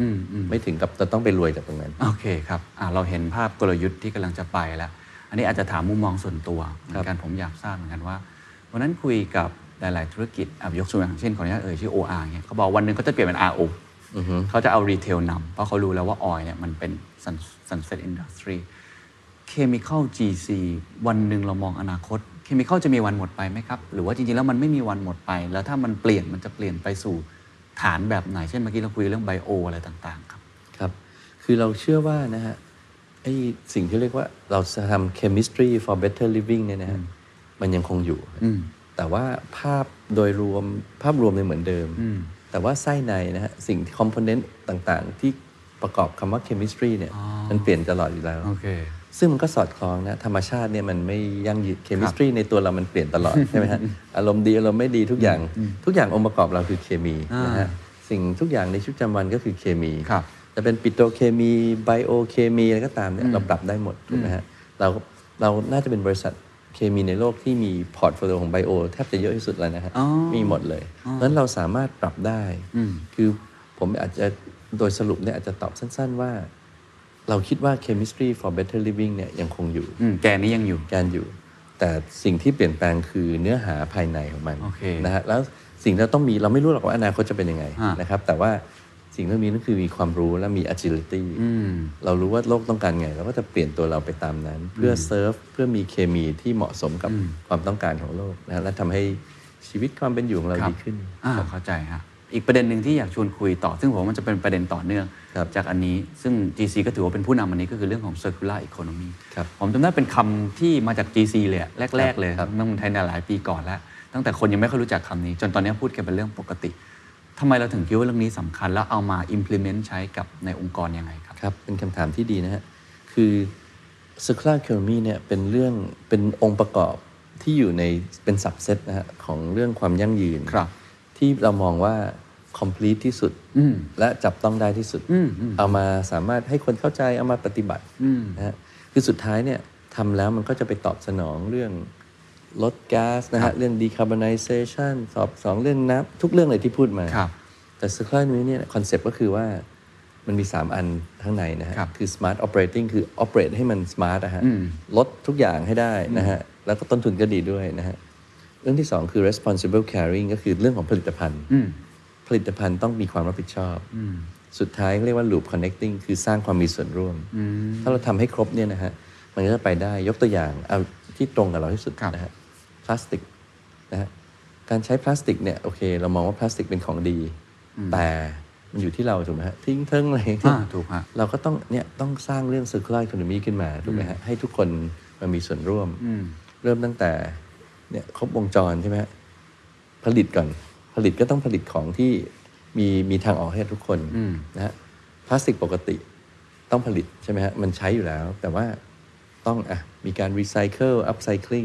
E: ไม่ถึงกับจะต้องไปรวยจากตรงนั้น
D: โอเคครับอ่าเราเห็นภาพกลยุทธ์ที่กำลังจะไปแล้ว อันนี้อาจจะถามมุมมองส่วนตัวเหมือนกันผมอยากทราบเหมือนกันว่าวันนั้นคุยกับหลาย ๆ ธุรกิจอ่ะยกตัวอย่างเช่นขออนุญาตเอ่ยชื่อ OR เนี่ยเขาบอกวันหนึ่งเขาจะเปลี่ยนเป็น RO เขาจะเอารีเทลนำเพราะเขารู้แล้วว่าออยเนี่ยมันเป็น sun- sunset industry chemical GC วันหนึ่งเรามองอนาคต เคมี c a l จะมีวันหมดไปไหมครับ หรือว่าจริง ๆ แล้วมันไม่มีวันหมดไป แล้วถ้ามันเปลี่ยนมันจะเปลี่ยนไปสู่ฐานแบบไหนเช่นเมื่อกี้เราคุยเรื่องไบโออะไรต่างๆครับ
E: ครับ คือเราเชื่อว่านะฮะ ไอ้สิ่งที่เรียกว่าเราจะทำ chemistry for better living เนี่ยนะฮะ มันยังคงอยู่ แต่ว่าภาพโดยรวมภาพรวมเนี่ยเหมือนเดิม แต่ว่าไส้ในนะฮะ สิ่งคอมโพเนนต์ต่างๆ ที่ ประกอบคำว่า chemistry เนี่ยมันเปลี่ยนตลอดอยู่แล้ว
D: โอเค
E: ซึ่งมันก็สอดคล้องนะ ธรรมชาติเนี่ยมันไม่ยั่งยืนเคมิสตรีในตัวเรามันเปลี่ยนต ลอด ใช่ไหมฮะอารมณ์ดี อารมณ์ไม่ดีทุกอย่าง ทุกอย่างองค์ประกอบเราคือเคมีนะฮะสิ่งทุกอย่างในชีวิตประจำวันก็คือเคมี
D: ครับ
E: จะเป็นปิโตรเคมีไบโอเคมีอะไรก็ตามเนี่ยเราปรับได้หมดถูกไหมฮะเราเราน่าจะเป็นบริษัทเคมีในโลกที่มีพอร์ตโฟลิโอของไบโอแทบจะเยอะที่สุดแล้วนะฮะ
D: อ๋อ
E: มีหมดเลยเพราะฉะนั้นเราสามารถปรับได้ คือผมอาจจะโดยสรุปเนี่ยอาจจะตอบสั้นๆว่า เราคิดว่า chemistry for better living เนี่ยยังคงอยู่
D: อืมแกนนี้ยังอยู่
E: การอยู่ แต่สิ่งที่เปลี่ยนแปลงคือเนื้อหาภายในของมัน
D: โอเค
E: นะฮะแล้วสิ่งที่เราต้องมีเราไม่รู้หรอกว่าอนาคตจะเป็นยังไง
D: ฮะ
E: นะครับ แต่ว่าสิ่งที่เรามีนั่นคือมีความรู้และมี agility
D: อืม
E: เรารู้ว่าโลกต้องการไงเราก็จะเปลี่ยนตัวเราไปตามนั้น เพื่อเซิร์ฟเพื่อมีเคมีที่เหมาะสมกับความต้องการของโลกนะฮะและทำให้ชีวิตความเป็นอยู่ของเรา
D: ครับ
E: ดีขึ้น
D: อ่าเข้าใจฮะอีกประเด็นหนึ่งที่อยากชวนคุยต่อ ซึ่งผมว่ามันจะเป็นประเด็นต่อเนื่อง
E: ครับ
D: จากอันนี้ ซึ่ง GC ก็ถือว่าเป็นผู้นำอันนี้ก็คือเรื่องของ circular economy
E: ครับ
D: ผมจำได้เป็นคำที่มาจาก GC เลยอะแรก ๆ เลย
E: ครับ
D: เมื่อเมืองไทยในหลายปีก่อนแล้ว ตั้งแต่คนยังไม่ค่อยรู้จักคำนี้ จนตอนนี้พูดกันเป็นเรื่องปกติทำไมเราถึงคิดว่าเรื่องนี้สำคัญ แล้วเอามา implement ใช้กับในองค์กรยังไงครับ
E: ครับ เป็นคำถามที่ดีนะฮะ คือ circular economy เนี่ยเป็นเรื่องเป็นองค์ประกอบที่อยู่ในเป็น subset นะฮะ ของเรื่องความยั่งยืน
D: ครับ
E: ที่เรามองว่า complete ที่สุด และจับต้องได้ที่สุด เอามาสามารถให้คนเข้าใจเอามาปฏิบัตินะฮะคือสุดท้ายเนี่ยทำแล้วมันก็จะไปตอบสนองเรื่องลดก๊าซนะฮะ เรื่อง decarbonization สอบสองเรื่องน้ำทุกเรื่องเลยที่พูดมา
D: ครับ
E: แต่สครัลนี้เนี่ยคอนเซปต์ก็คือว่ามันมี 3 อันข้างในนะฮะ
D: ครับ
E: อ smart operating คือ operate ให้มัน smart นะฮะลดทุกอย่างให้ได้นะฮะ แล้วก็ต้นทุนก็ดีด้วยนะฮะ เรื่องที่ 2 คือ responsible carrying ก็คือเรื่องของผลิตภัณฑ์ ผลิตภัณฑ์ต้องมีความรับผิดชอบ สุดท้ายเรียกว่า loop connecting คือสร้างความมีส่วนร่วม ถ้าเราทำให้ครบเนี่ยนะฮะ มันก็จะไปได้ยกตัวอย่างเอาที่ตรงกับเราที่สุด
D: ครับ
E: นะฮะพลาสติก นะฮะการใช้พลาสติกเนี่ยโอเค เรามองว่าพลาสติกเป็นของดี แต่มันอยู่ที่เราถูกไหมฮะทิ้งเทิงอะไรอย่างเงี้ย
D: อ่าถูกฮะ
E: เราก็ต้องเนี่ยต้องสร้างเรื่อง circular economy ขึ้นมาถูกไหมฮะให้ทุกคนมามีส่วนร่วม เริ่มตั้งแต่เนี่ยครบวงจรใช่ไหมฮะผลิตก่อน ผลิตก็ต้องผลิตของที่มีมีทางออกให้ทุกคนนะฮะพลาสติกปกติต้องผลิตใช่ไหมฮะมันใช้อยู่แล้ว แต่ว่าต้องอ่ะมีการรีไซเคิลอัพไซคลิง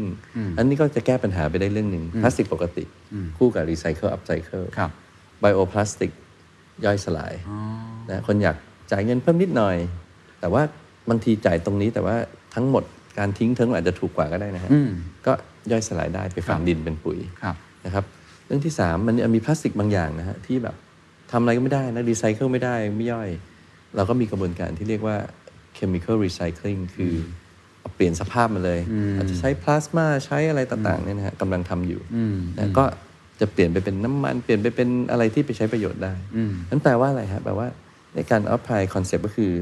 E: อันนี้ก็จะแก้ปัญหาไปได้เรื่องหนึ่งพลาสติกปกติ คู่กับรีไซเคิลอัพไซเคิล
D: ครับ
E: ไบโอพลาสติกย่อยสลายนะคนอยากจ่ายเงินเพิ่มนิดหน่อย แต่ว่าบางทีจ่ายตรงนี้แต่ว่าทั้งหมดการทิ้งเทิงอาจจะถูกกว่าก็ได้นะฮะก็ย่อยสลายได้ไปฝังดินเป็นปุ๋ย
D: ครับ
E: นะครับเรื่องที่ 3 มันมีพลาสติกบางอย่างนะฮะที่แบบทำอะไรก็ไม่ได้นะรีไซเคิลไม่ได้ไม่ย่อย เราก็มีกระบวนการที่เรียกว่า chemical recycling คือเอาเปลี่ยนสภาพมันเลยอาจจะใช้พลาสมาใช้อะไรต่างๆเนี่ยนะฮะกำลังทำอยู่นะก็จะเปลี่ยนไปเป็นน้ำมันเปลี่ยนไปเป็นอะไรที่ไปใช้ประโยชน์ได้นั่นแปลว่าอะไรฮะแปลว่าในการ apply concept ก็คือ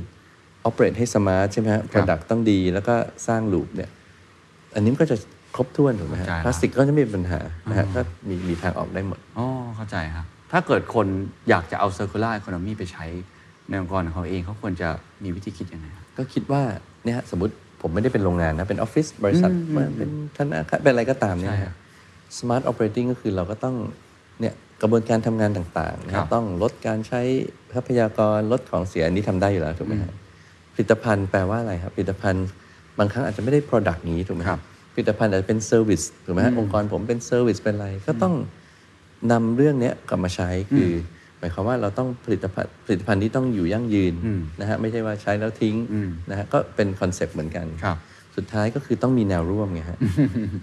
E: operate ให้ smart ใช่ไหมฮะ product ต้องดีแล้วก็สร้าง loop เนี่ย อันนี้มันก็จะครบถ้วนถูกไหมฮะ
D: เข้าใจละ
E: พลาสติกก็จะไม่มีปัญหานะฮะก็มีมีทางออกได้หมด
D: อ๋อเข้าใจครับ ถ้าเกิดคนอยากจะเอา circular economy ไปใช้ในองค์กรของเขาเองเขาควรจะมีวิธีคิดยังไงครับ
E: ก็คิดว่าเนี่ยฮะสมมติผมไม่ได้เป็นโรงงานนะ เป็นออฟฟิศบริษัทเป็นธนาคารเป็นอะไรก็ตามเนี่ย
D: ใช่
E: นะ
D: ครั
E: ฮะ
D: บ
E: smart operating ก็คือเราก็ต้องเนี่ยกระบวนการทำงานต่างๆนะ
D: ครั
E: ฮะ
D: บ
E: ต้องลดการใช้ทรัพยากรลดของเสียอันนี้ทำได้อยู่แล้วถูกไหมฮะผลิตภัณฑ์แปลว่าอะไรครับ ผลิตภัณฑ์บางครั้งอาจจะไม่ได้ product นี้ถูกไหมครับผลิตภัณฑ์อาจจะเป็น service ถูกไหมฮะองค์กรผมเป็น service เป็นอะไรก็ต้องนำเรื่องเนี้ยกลับมาใช้คืออหมายความว่าเราต้องผลิตภัณฑ์ผลิตภัณฑ์ที่ต้องอยู่ยั่งยืนนะฮะไม่ใช่ว่าใช้แล้วทิ้งนะฮะก็เป็นคอนเซปต์เหมือนกัน
D: ครับ
E: สุดท้ายก็คือต้องมีแนวร่วมไงฮะ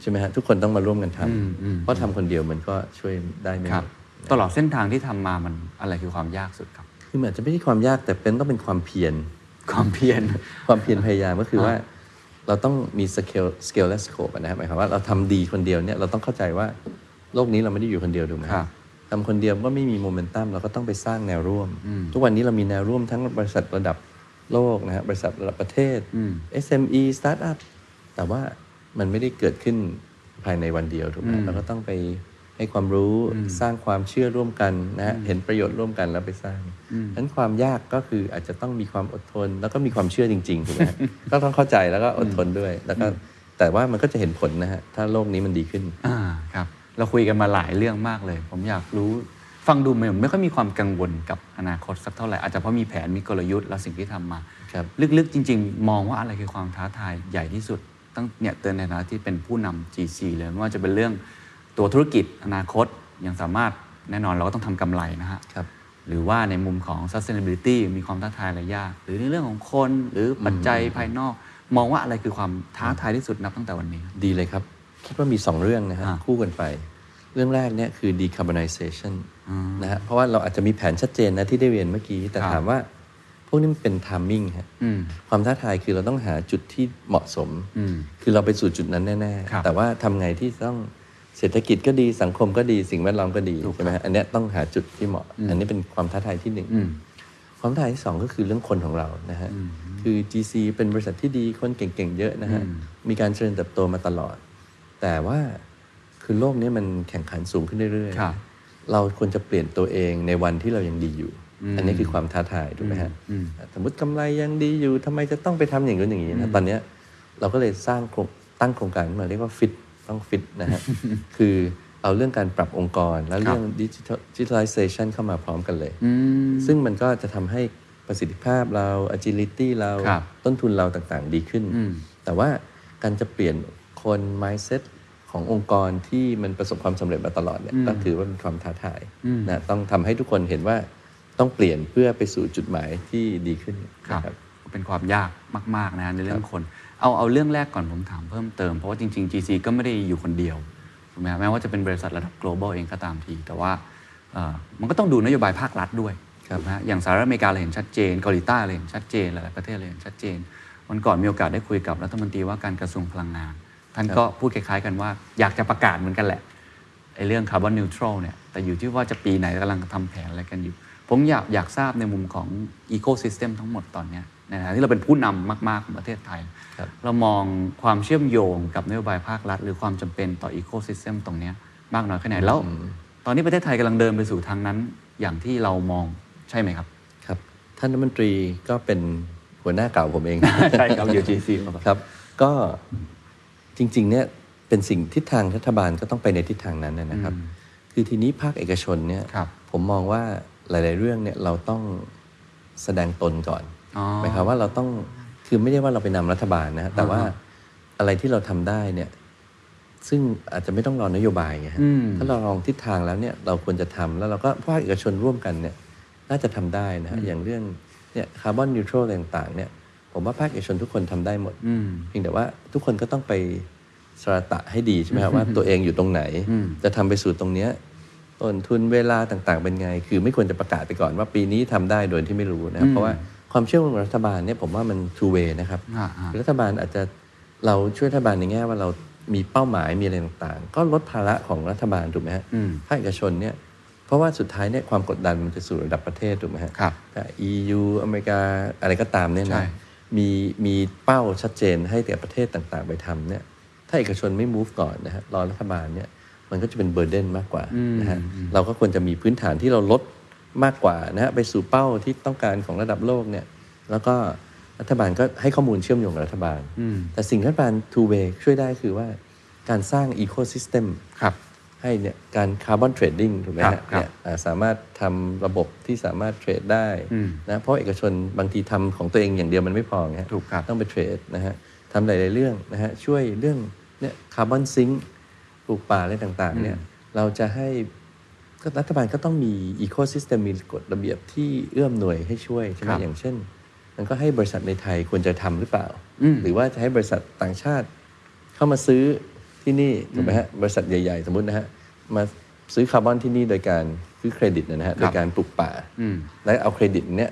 E: ใช่ไหมฮะ ทุกคนต้องมาร่วมกันทำเพราะทำคนเดียวมันก็ช่วยได้ไม่ห
D: ค
E: ม
D: รับ
E: ด
D: ตลอดเส้นทางที่ทำมามันอะไรคือความยากสุดครับ
E: คือมันอาจจะไม่ใช่ความยากแต่เป็นต้องเป็นความเพียร
D: ความเพียร
E: ความเพียรพยายามก็คือว่า เราต้องมีสเกลสเกลและสโคปนะฮะหมายความว่าเราทำดีคนเดียวเนี่ยเราต้องเข้าใจว่าโลกนี้เราไม่ได้อยู่คนเดียวถูกไหมฮะ
D: ครับ
E: ทำคนเดียวก็ไม่มีโมเมนตัมเราก็ต้องไปสร้างแนวร่วม ทุกวันนี้เรามีแนวร่วมทั้งบริษัทระดับโลกนะฮะบริษัทระดับประเทศ SME Startup แต่ว่ามันไม่ได้เกิดขึ้นภายในวันเดียวถูกไหมฮะเราก็ต้องไปให้ความรู้สร้างความเชื่อร่วมกันนะฮะเห็นประโยชน์ร่วมกันแล้วไปสร้างฉะนั้นความยากก็คืออาจจะต้องมีความอดทน แล้วก็มีความเชื่อจริงๆถูกไหมฮะ ก็ต้องเข้าใจแล้วก็อดทนด้วย แล้วก็แต่ว่ามันก็จะเห็นผลนะฮะถ้าโลกนี้มันดีขึ้น
D: อ่าครับ เราคุยกันมาหลายเรื่องมากเลย ผมอยากรู้ ฟังดูเหมือนไม่ค่อยมีความกังวลกับอนาคตสักเท่าไหร่อาจจะเพราะมีแผนมีกลยุทธ์และสิ่งที่ทำมา
E: ครับ
D: ลึกๆ จริง ๆ มองว่าอะไรคือความท้าทายใหญ่ที่สุด ตั้งเนี่ยเตือนในฐานะที่เป็นผู้นำ GC เลยไม่ว่าจะเป็นเรื่องตัวธุรกิจอนาคตยังสามารถแน่นอนเราก็ต้องทำกำไรนะฮะ
E: ครับ
D: หรือว่าในมุมของ sustainability มีความท้าทายอะไรยาก หรือในเรื่องของคนหรือปัจจัยภายนอก มองว่าอะไรคือความท้าทายที่สุดนับตั้งแต่วันนี้
E: ดีเลยครับ คิดว่ามี 2 เรื่องนะฮะ
D: อ่า
E: คู่กันไป เรื่องแรกเนี่ยคือ decarbonization
D: อืม
E: นะฮะเพราะว่าเราอาจจะมีแผนชัดเจนนะที่ได้เรียนเมื่อกี้ แต่
D: ครับ
E: ถามว่า พวกนี้มันเป็น timing ฮะ
D: อืม
E: ความท้าทายคือเราต้องหาจุดที่เหมาะสม
D: อืม
E: คือเราไปสู่จุดนั้นแน่
D: ครับ
E: ๆ แต่ว่าทำไงที่ต้องเศรษฐกิจก็ดีสังคมก็ดีสิ่งแวดล้อมก็ดี
D: ถูกครับ
E: ใช่ไหมฮะอันเนี้ยต้องหาจุดที่เหมาะ อันนี้เป็นความท้าทายที่หนึ่ง
D: อืม
E: ความท้าทายที่สองก็คือเรื่องคนของเรานะฮะคือ GC เป็นบริษัทที่ดีคนเก่งๆเยอะนะฮะมีการเจริญเติบโตมาตลอด แต่ว่าคือโลกเนี้ยมันแข่งขันสูงขึ้นเรื่อย
D: ครับ
E: ๆเราควรจะเปลี่ยนตัวเองในวันที่เรายังดีอยู่ อันนี้คือความท้าทายถูกไหมฮะ
D: อืม
E: สมมติกำไรยังดีอยู่ทำไมจะต้องไปทำอย่างนู้นอย่างนี้นะตอนเนี้ยเราก็เลยสร้างโครงตั้งโครงการขึ้นมาเรียกว่าฟิตต้องฟิตนะฮะ คือเอาเรื่องการปรับองค์กร แล้วเรื่องดิจิทัลดิจิทัลไลเซชันเข้ามาพร้อมกันเลย ซึ่งมันก็จะทำให้ประสิทธิภาพเรา agility เรา
D: ครับ
E: ต้นทุนเราต่างๆดีขึ้น
D: อืม
E: แต่ว่าการจะเปลี่ยนคน mindset ขององค์กรที่มันประสบความสำเร็จมาตลอดเนี่ยก็ถือว่าเป็นความท้าทายนะต้องทำให้ทุกคนเห็นว่าต้องเปลี่ยนเพื่อไปสู่จุดหมายที่ดีขึ้น
D: ครั
E: นะ
D: บเป็นความยากมากๆนะฮะในเรื่องคน เอาเอาเรื่องแรกก่อนผมถามเพิ่มเติม เพราะว่าจริง ๆ GC ก็ไม่ได้อยู่คนเดียวถูกไหมฮะแม้ว่าจะเป็นบริษัทระดับ global เองก็ตามที แต่ว่าเอ่อมันก็ต้องดูนโยบายภาครัฐด้วย
E: ครับ
D: ถูกไหมฮะอย่างสหรัฐอเมริกาเราเห็นชัดเจนเกาหลีใต้เราเห็นชัดเจนหลายๆประเทศเราเห็นชัดเจน วันก่อนมีโอกาสได้คุยกับรัฐมนตรีว่าการกระทรวงพลังงาน ท่านก็พูดคล้ายๆกันว่าอยากจะประกาศเหมือนกันแหละ ไอ้เรื่องคาร์บอนนิวทรัลเนี่ย แต่อยู่ที่ว่าจะปีไหนกำลังทำแผนอะไรกันอยู่ ผมอยากอยากทราบในมุมของอีโคซิสเต็มทั้งหมดตอนเนี้ยในฐานะที่เราเป็นผู้นำมากๆของประเทศไทย
E: ครับ
D: เรามองความเชื่อมโยงกับนโยบายภาครัฐ หรือความจำเป็นต่ออีโคซิสเต็มตรงเนี้ยมากน้อยแค่ไหน แล้ว ตอนนี้ประเทศไทยกำลังเดินไปสู่ทางนั้น อย่างที่เรามองใช่ไหมครับ
E: ครับท่านรัฐมนตรีก็เป็นหัวหน้าเก่าผมเอง
D: ใช่ครับ UGC มาก่อน
E: ครับ ก็จริงๆเนี่ยเป็นสิ่งทิศทางรัฐบาลก็ต้องไปในทิศทางนั้นนะนะครับ คือทีนี้ภาคเอกชนเนี่ย
D: ครับ
E: ผมมองว่าหลาย ๆ เรื่องเนี่ยเราต้องแสดงตนก่อน
D: อ๋อ
E: หมายความว่าเราต้องคือไม่ได้ว่าเราไปนำรัฐบาลนะฮะแต่ว่าอะไรที่เราทำได้เนี่ยซึ่งอาจจะไม่ต้องรอนโยบายไงฮะ
D: อืม
E: ถ้าเราลองทิศทางแล้วเนี่ยเราควรจะทำแล้วเราก็ภาคเอกชนร่วมกันเนี่ยน่าจะทำได้นะฮะอย่างเรื่องเนี่ยคาร์บอนนิวทรัลต่างๆเนี่ยผมว่าภาคเอกชนทุกคนทำได้หมด
D: อืม
E: เพียงแต่ว่าทุกคนก็ต้องไปสระตะให้ดีใช่ไหม ครับว่าตัวเองอยู่ตรงไหน
D: อืม
E: จะทำไปสู่ตรงเนี้ยต้นทุนเวลาต่างๆเป็นไง คือไม่ควรจะประกาศไปก่อนว่าปีนี้ทำได้โดยที่ไม่รู้นะครั
D: อื
E: บ
D: ม
E: เพราะว่าความเชื่อของรัฐบาลเนี่ยผมว่ามัน two way นะครับ
D: อ่าๆ
E: รัฐบาลอาจจะเราช่วยรัฐบาลในแง่ว่าเรามีเป้าหมายมีอะไรต่างๆ ก็ลดภาระของรัฐบาลถูกไหมฮะ
D: อืม
E: ภาคเอกชนเนี่ยเพราะว่าสุดท้ายเนี่ยความกดดันมันจะสู่ระดับประเทศถูกไหมฮะ
D: ครับ
E: แต่ EU อเมริกาอะไรก็ตามเนี่ย
D: ใช่
E: นะ มีมีเป้าชัดเจนให้แต่ประเทศต่างๆ ไปทำเนี่ยถ้าเอกชนไม่ move ก่อนนะฮะรอรัฐบาลเนี่ยมันก็จะเป็นเบอร์เดนมากกว่านะฮะเราก็ควรจะมีพื้นฐานที่เราลดมากกว่านะฮะไปสู่เป้าที่ต้องการของระดับโลกเนี่ยแล้วก็รัฐบาลก็ให้ข้อมูลเชื่อมโยงกับรัฐบาล
D: อืม
E: แต่สิ่งที่รัฐบาล two way ช่วยได้คือว่าการสร้าง ecosystem
D: ครับ
E: ให้เนี่ยการคาร์บอนเทรดดิ้งถูกไหม
D: ครับ
E: ฮะ
D: ครับ
E: เนี่ยอ่าสามารถทำระบบที่สามารถเทรดได้
D: อืม
E: นะเพราะเอกชนบางทีทำของตัวเองอย่างเดียวมันไม่พอไงฮะ
D: ถูกครับ
E: ต้องไปเทรดนะฮะทำหลาย ๆ เรื่องนะฮะช่วยเรื่องเนี่ยคาร์บอนซิงค์ปลูกป่าอะไรต่าง ๆ เนี่ยเราจะให้ก็รัฐบาลก็ต้องมีอีโค y ิสเต็มมีกฎระเบียบที่เอื้อมหน่วยให้ช่วยใช่ไหมอย่างเช่น มันก็ให้บริษัทในไทยควรจะทำหรือเปล่า หรือว่าจะให้บริษัทต่างชาติ เข้ามาซื้อที่นี่ถูกไหมฮะบริษัทใหญ่ ๆ สมมตินะฮะมาซื้อคาร์บอนที่นี่โดยการซื้อเครดิตนะฮะโดยการปลูกป่า
D: อืม
E: และเอาเครดิตเนี้ย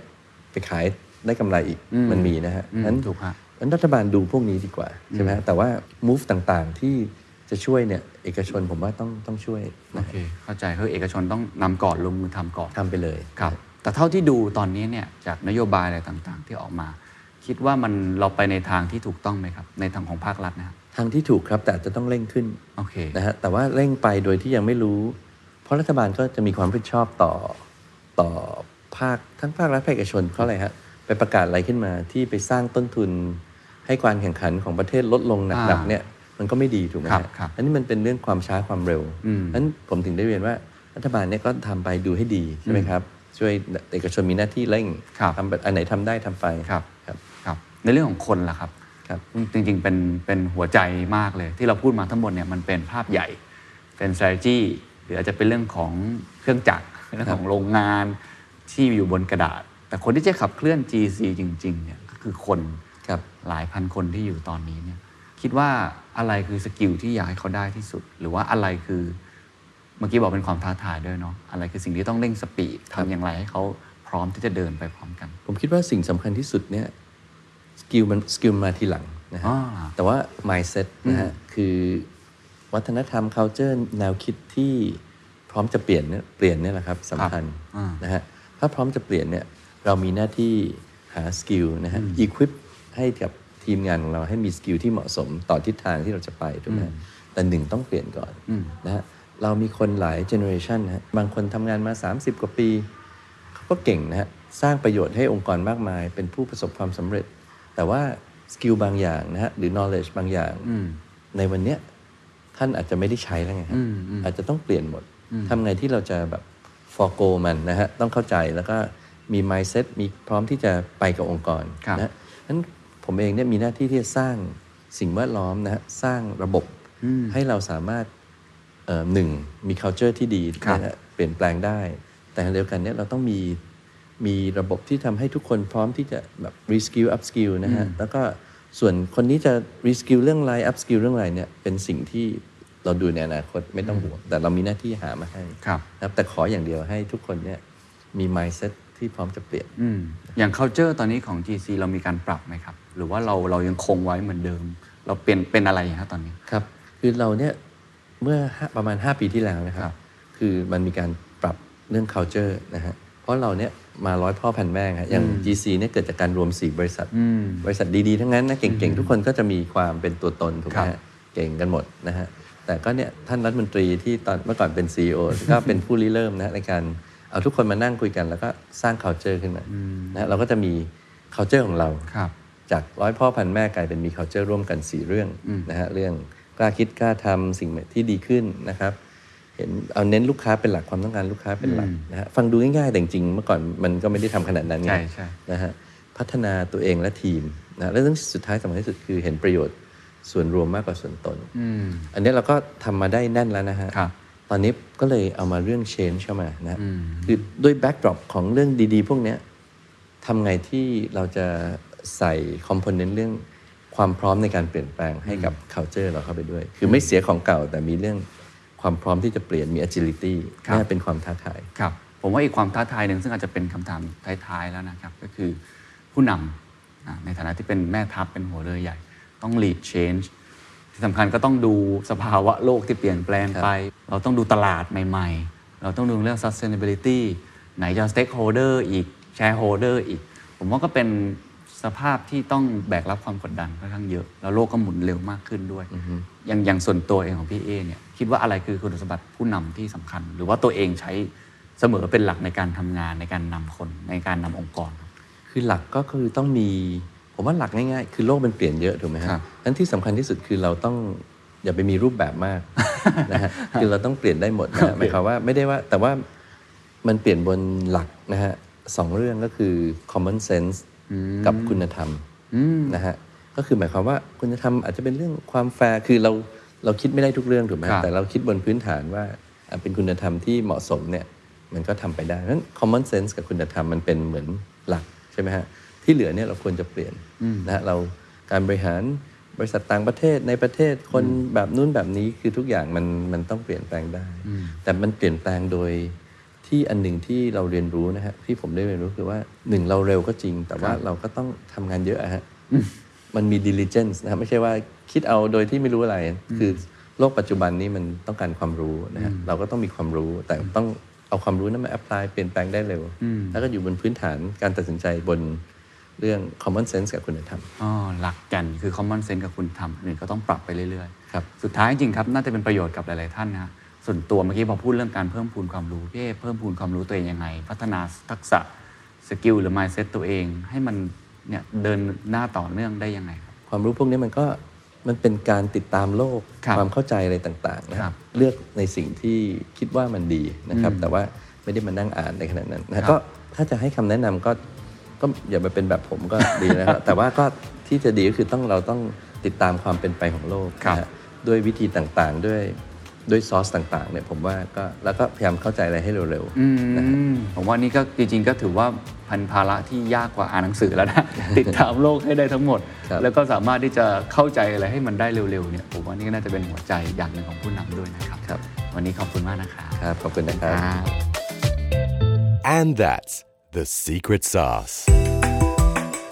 E: ไปขายได้กำไรอีก
D: อืม
E: มันมีนะฮะ
D: อืม
E: นั้น
D: ถูกฮะ
E: นั้นรัฐบาลดูพวกนี้ดีกว่าใช่ไหมฮะแต่ว่า move ต่างๆที่จะช่วยเนี่ยเอกชนผมว่าต้องต้องช่วย
D: โอเค เข้าใจคือเอกชนต้องนำก่อนลงมือทำก่อน
E: ทำไปเลย
D: ครับแต่เท่าที่ดูตอนนี้เนี่ยจากนโยบายอะไรต่างๆ ที่ออกมา คิดว่ามันเราไปในทางที่ถูกต้องไหมครับ ในทางของภาครัฐนะครับ
E: ทางที่ถูกครับแต่อาจจะต้องเร่งขึ้น
D: โอเค
E: นะฮะแต่ว่าเร่งไปโดยที่ยังไม่รู้ เพราะรัฐบาลก็จะมีความรับผิดชอบต่อต่อภาคทั้งภาครัฐภาคเอกชนเพราะอะไรฮะไปประกาศอะไรขึ้นมาที่ไปสร้างต้นทุน ให้การแข่งขันของประเทศลดลงหนักหนัก
D: อ่า
E: เนี่ยมันก็ไม่ดีถูกไหม
D: ครั
E: ฮะ
D: บครับ
E: อันนี้มันเป็นเรื่องความช้าความเร็ว
D: อืม
E: นั้นผมถึงได้เรียนว่า รัฐบาลเนี่ยก็ทำไปดูให้ดีใช่ไหมครับ ช่วยเอกชนมีหน้าที่เร่ง
D: ครับ
E: ทำแบบอันไหนทำได้ทำไป
D: ครับ
E: ครับ
D: ครับในเรื่องของคนล่ะครับ
E: ครับ
D: จริงๆ เป็นเป็นหัวใจมากเลย ที่เราพูดมาทั้งหมดเนี่ยมันเป็นภาพใหญ่ เป็น strategy หรืออาจจะเป็นเรื่องของเครื่องจักรเรื่องของโรงงานที่อยู่บนกระดาษ แต่คนที่จะขับเคลื่อน GC จริงๆเนี่ยก็คือคน
E: ครับ
D: หลายพันคนที่อยู่ตอนนี้เนี่ยคิดว่าอะไรคือสกิลที่อยากให้เขาได้ที่สุด หรือว่าอะไรคือเมื่อกี้บอกเป็นความท้าทายด้วยเนาะอะไรคือสิ่งที่ต้องเร่งสปีด
E: ครับ
D: ทำอย่างไรให้เขาพร้อมที่จะเดินไปพร้อมกัน
E: ผมคิดว่าสิ่งสำคัญที่สุดเนี่ยสกิลมันสกิลมาทีหลังนะฮะ
D: อ่า
E: แต่ว่า mindset นะฮะคือวัฒนธรรม culture แนวคิดที่พร้อมจะเปลี่ยนเนี่ยเปลี่ยนเนี่ยแหละครับสำคัญ
D: อ่าน
E: นะฮะถ้าพร้อมจะเปลี่ยนเนี่ยเรามีหน้าที่หาสกิลนะฮะ equip ให้กับทีมงานของเราให้มีสกิลที่เหมาะสมต่อทิศทางที่เราจะไปถูกไหมฮะแต่หนึ่งต้องเปลี่ยนก่อนนะฮะเรามีคนหลายเจเนอเรชันนะฮะบางคนทำงานมา 30 กว่าปี เขาก็เก่งนะฮะ สร้างประโยชน์ให้องค์กรมากมาย เป็นผู้ประสบความสำเร็จ แต่ว่าสกิลบางอย่างนะฮะ หรือ knowledge บางอย่าง ในวันเนี้ยท่านอาจจะไม่ได้ใช้แล้วไงครับอาจจะต้องเปลี่ยนหมดทำไงที่เราจะแบบ forgo มันนะฮะ ต้องเข้าใจแล้วก็มี mindset มีพร้อมที่จะไปกับองค์กร
D: ครับ
E: นะฮะ นั้นผมเองเนี่ยมีหน้าที่ที่จะสร้างสิ่งแวดล้อมนะฮะสร้างระบบให้เราสามารถเอ่อหนึ่งมี culture ที่ดี
D: ครับ
E: นะฮะเปลี่ยนแปลงได้ แต่ขณะเดียวกันเนี่ยเราต้องมีมีระบบที่ทำให้ทุกคนพร้อมที่จะแบบ reskill upskill นะฮะแล้วก็ส่วนคนนี้จะ reskill เรื่องอะไร upskill เรื่องอะไรเนี่ยเป็นสิ่งที่เราดูในอนาคตไม่ต้องห่วงแต่เรามีหน้าที่หามาให้
D: ครับ
E: นะครับแต่ขออย่างเดียวให้ทุกคนเนี่ยมี mindset ที่พร้อมจะเปลี่ยน
D: อืมอย่าง culture ตอนนี้ของ GC เรามีการปรับไหมครับ หรือว่าเราเรายังคงไว้เหมือนเดิม เราเปลี่ยนเป็นอะไรฮะตอนนี้
E: ครับ คือเราเนี่ยเมื่อห้าประมาณ 5 ปีที่แล้วนะครับ คือมันมีการปรับเรื่อง culture นะฮะ เพราะเราเนี่ยมาร้อยพ่อพันแม่ครับอย่าง GC เนี่ยเกิดจากการรวม 4 บริษัท บริษัทดี ๆ ทั้งนั้นนะเก่ง ๆ ทุกคนก็จะมีความเป็นตัวตนถูกไหม
D: ครั
E: ฮะ
D: บ
E: เก่งกันหมดนะฮะ แต่ก็เนี่ยท่านรัฐมนตรีที่ตอนเมื่อก่อนเป็น CEO ก็เป็นผู้ริเริ่มนะในการเอาทุกคนมานั่งคุยกันแล้วก็สร้าง culture ขึ้นมานะฮะเราก็จะมี culture ของเรา
D: ครับ
E: จากร้อยพ่อพันแม่กลายเป็นมี culture ร่วมกัน 4 เรื่องนะฮะเรื่องกล้าคิดกล้าทำสิ่งใหม่ที่ดีขึ้นนะครับ เห็นเอาเน้นลูกค้าเป็นหลักความต้องการลูกค้าเป็นหลักนะฮะฟังดูง่ายๆ แต่จริงๆเมื่อก่อนมันก็ไม่ได้ทำขนาดนั้นไง
D: ใช่ใช่
E: นะฮะพัฒนาตัวเองและทีมนะและเรื่องสุดท้ายสำคัญที่สุดคือเห็นประโยชน์ส่วนรวมมากกว่าส่วนตน
D: อืม
E: อันนี้เราก็ทำมาได้แน่นแล้วนะฮะ
D: ครับ
E: ตอนนี้ก็เลยเอามาเรื่อง change เข้ามานะฮะคือด้วยแบ็กดรอปของเรื่องดีๆ พวกเนี้ยทำไงที่เราจะใส่คอมโพเนนต์เรื่องความพร้อมในการเปลี่ยนแปลงให้กับ culture เราเข้าไปด้วย คือไม่เสียของเก่าแต่มีเรื่องความพร้อมที่จะเปลี่ยนมี agility
D: ครับ
E: น่าเป็นความท้าทาย
D: ครับ ผมว่าอีกความท้าทายหนึ่งซึ่งอาจจะเป็นคำถามท้ายๆแล้วนะครับ ก็คือผู้นำอ่ะในฐานะที่เป็นแม่ทัพเป็นหัวเรือใหญ่ ต้อง lead change ที่สำคัญก็ต้องดูสภาวะโลกที่เปลี่ยนแปลงไป เราต้องดูตลาดใหม่ ๆ เราต้องดูเรื่อง sustainability ไหนจะ stakeholder อีก shareholder อีก ผมว่าก็เป็นสภาพที่ต้องแบกรับความกดดันค่อนข้างเยอะ แล้วโลกก็หมุนเร็วมากขึ้นด้วย อย่างอย่างส่วนตัวเองของพี่เอเนี่ยคิดว่าอะไรคือคุณสมบัติผู้นำที่สำคัญ หรือว่าตัวเองใช้เสมอเป็นหลักในการทำงานในการนำคนในการนำองค์กร
E: คือหลักก็คือต้องมี ผมว่าหลักง่ายๆ คือโลกมันเปลี่ยนเยอะถูกไหม
D: ครับ
E: บนั้นที่สำคัญที่สุดคือเราต้องอย่าไปมีรูปแบบมาก นะฮะคือเราต้องเปลี่ยนได้หมดนะฮะหมายความว่าไม่ได้ว่าแต่ว่ามันเปลี่ยนบนหลักนะฮะสองเรื่องก็คือ common sense กับคุณธรรมนะฮะก็คือหมายความว่าคุณธรรมอาจจะเป็นเรื่องความแฟร์คือเราเราคิดไม่ได้ทุกเรื่องถูกไหมฮะ
D: ครับ
E: แต่เราคิดบนพื้นฐานว่าอ่ะเป็นคุณธรรมที่เหมาะสมเนี่ย มันก็ทำไปได้นั้น common sense กับคุณธรรมมันเป็นเหมือนหลักใช่ไหมฮะ ที่เหลือเนี่ยเราควรจะเปลี่ยนนะฮะเราการบริหารบริษัทต่างประเทศในประเทศคนแบบนู้นแบบนี้คือทุกอย่างมันมันต้องเปลี่ยนแปลงได้ แต่มันเปลี่ยนแปลงโดยที่อันหนึ่งที่เราเรียนรู้นะฮะที่ผมได้เรียนรู้คือว่าหนึ่งเราเร็วก็จริง แต่ว่าเราก็ต้องทำงานเยอะอะฮะ มันมี diligence นะครับไม่ใช่ว่าคิดเอาโดยที่ไม่รู้อะไร คือโลกปัจจุบันนี้มันต้องการความรู้นะฮะเราก็ต้องมีความรู้ แต่ต้องเอาความรู้นั้นมา apply เปลี่ยนแปลงได้เร็ว แล้วก็อยู่บนพื้นฐานการตัดสินใจบนเรื่อง common sense กับคุณธรรม
D: อ๋อหลักกันคือ common sense กับคุณทำอื่นก็ต้องปรับไปเรื่อยๆ
E: ครับ
D: สุดท้ายจริงๆครับ น่าจะเป็นประโยชน์กับหลายๆท่านนะฮะส่วนตัวเมื่อกี้พอพูดเรื่องการเพิ่มพูนความรู้พี่เอ๊เพิ่มพูนความรู้ตัวเองยังไง พัฒนาทักษะสกิลหรือ mindset ตัวเอง ให้มันเนี่ยเดินหน้าต่อเนื่องได้ยังไงครับ
E: ความรู้พวกนี้มันก็ มันเป็นการติดตามโลก
D: ครับ
E: ความเข้าใจอะไรต่างๆนะครับ เลือกในสิ่งที่คิดว่ามันดีนะครับ
D: อืม
E: แต่ว่าไม่ได้มานั่งอ่านในขณะนั้น
D: ครั
E: นะ
D: บ
E: ก็ถ้าจะให้คำแนะนำก็ก็อย่ามาเป็นแบบผมก็ ดี นะครับแต่ว่าก็ที่จะดีก็คือต้องเราต้องติดตามความเป็นไปของโลกนะฮะด้วยวิธีต่างๆด้วยด้วยซอสต่างๆเนี่ยผมว่าก็แล้วก็พยายามเข้าใจอะไรให้เร็ว
D: อื
E: ๆนะฮะ
D: มผมว่านี่ก็จริงๆก็ถือว่าพันภาระที่ยากกว่าอ่านหนังสือ แล้วนะ ติดตามโลกให้ได้ทั้งหมด
E: ครับ
D: แล้วก็สามารถที่จะเข้าใจอะไรให้มันได้เร็วๆเนี่ยผมว่านี่ก็น่าจะเป็นหัวใจอย่างหนึ่งของผู้นำด้วยนะครับ
E: ครับ
D: วันนี้ขอบคุณมากนะครับ
E: ครับขอบคุณนะค
D: ค
E: รั
D: รับ บ
A: And that's the secret sauce.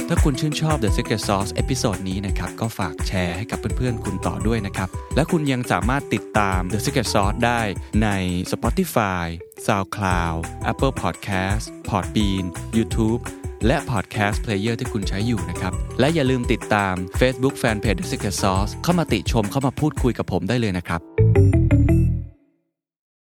C: ถ้าคุณชื่นชอบ The Secret Sauce เอพิโซดนี้นะครับ ก็ฝากแชร์ให้กับเพื่อนๆ คุณต่อด้วยนะครับ และคุณยังสามารถติดตาม The Secret Sauce ได้ใน Spotify, SoundCloud, Apple Podcast, Podbean, YouTube และ Podcast Player ที่คุณใช้อยู่นะครับ และอย่าลืมติดตาม Facebook Fanpage The Secret Sauce เข้ามาติชมเข้ามาพูดคุยกับผมได้เลยนะครับ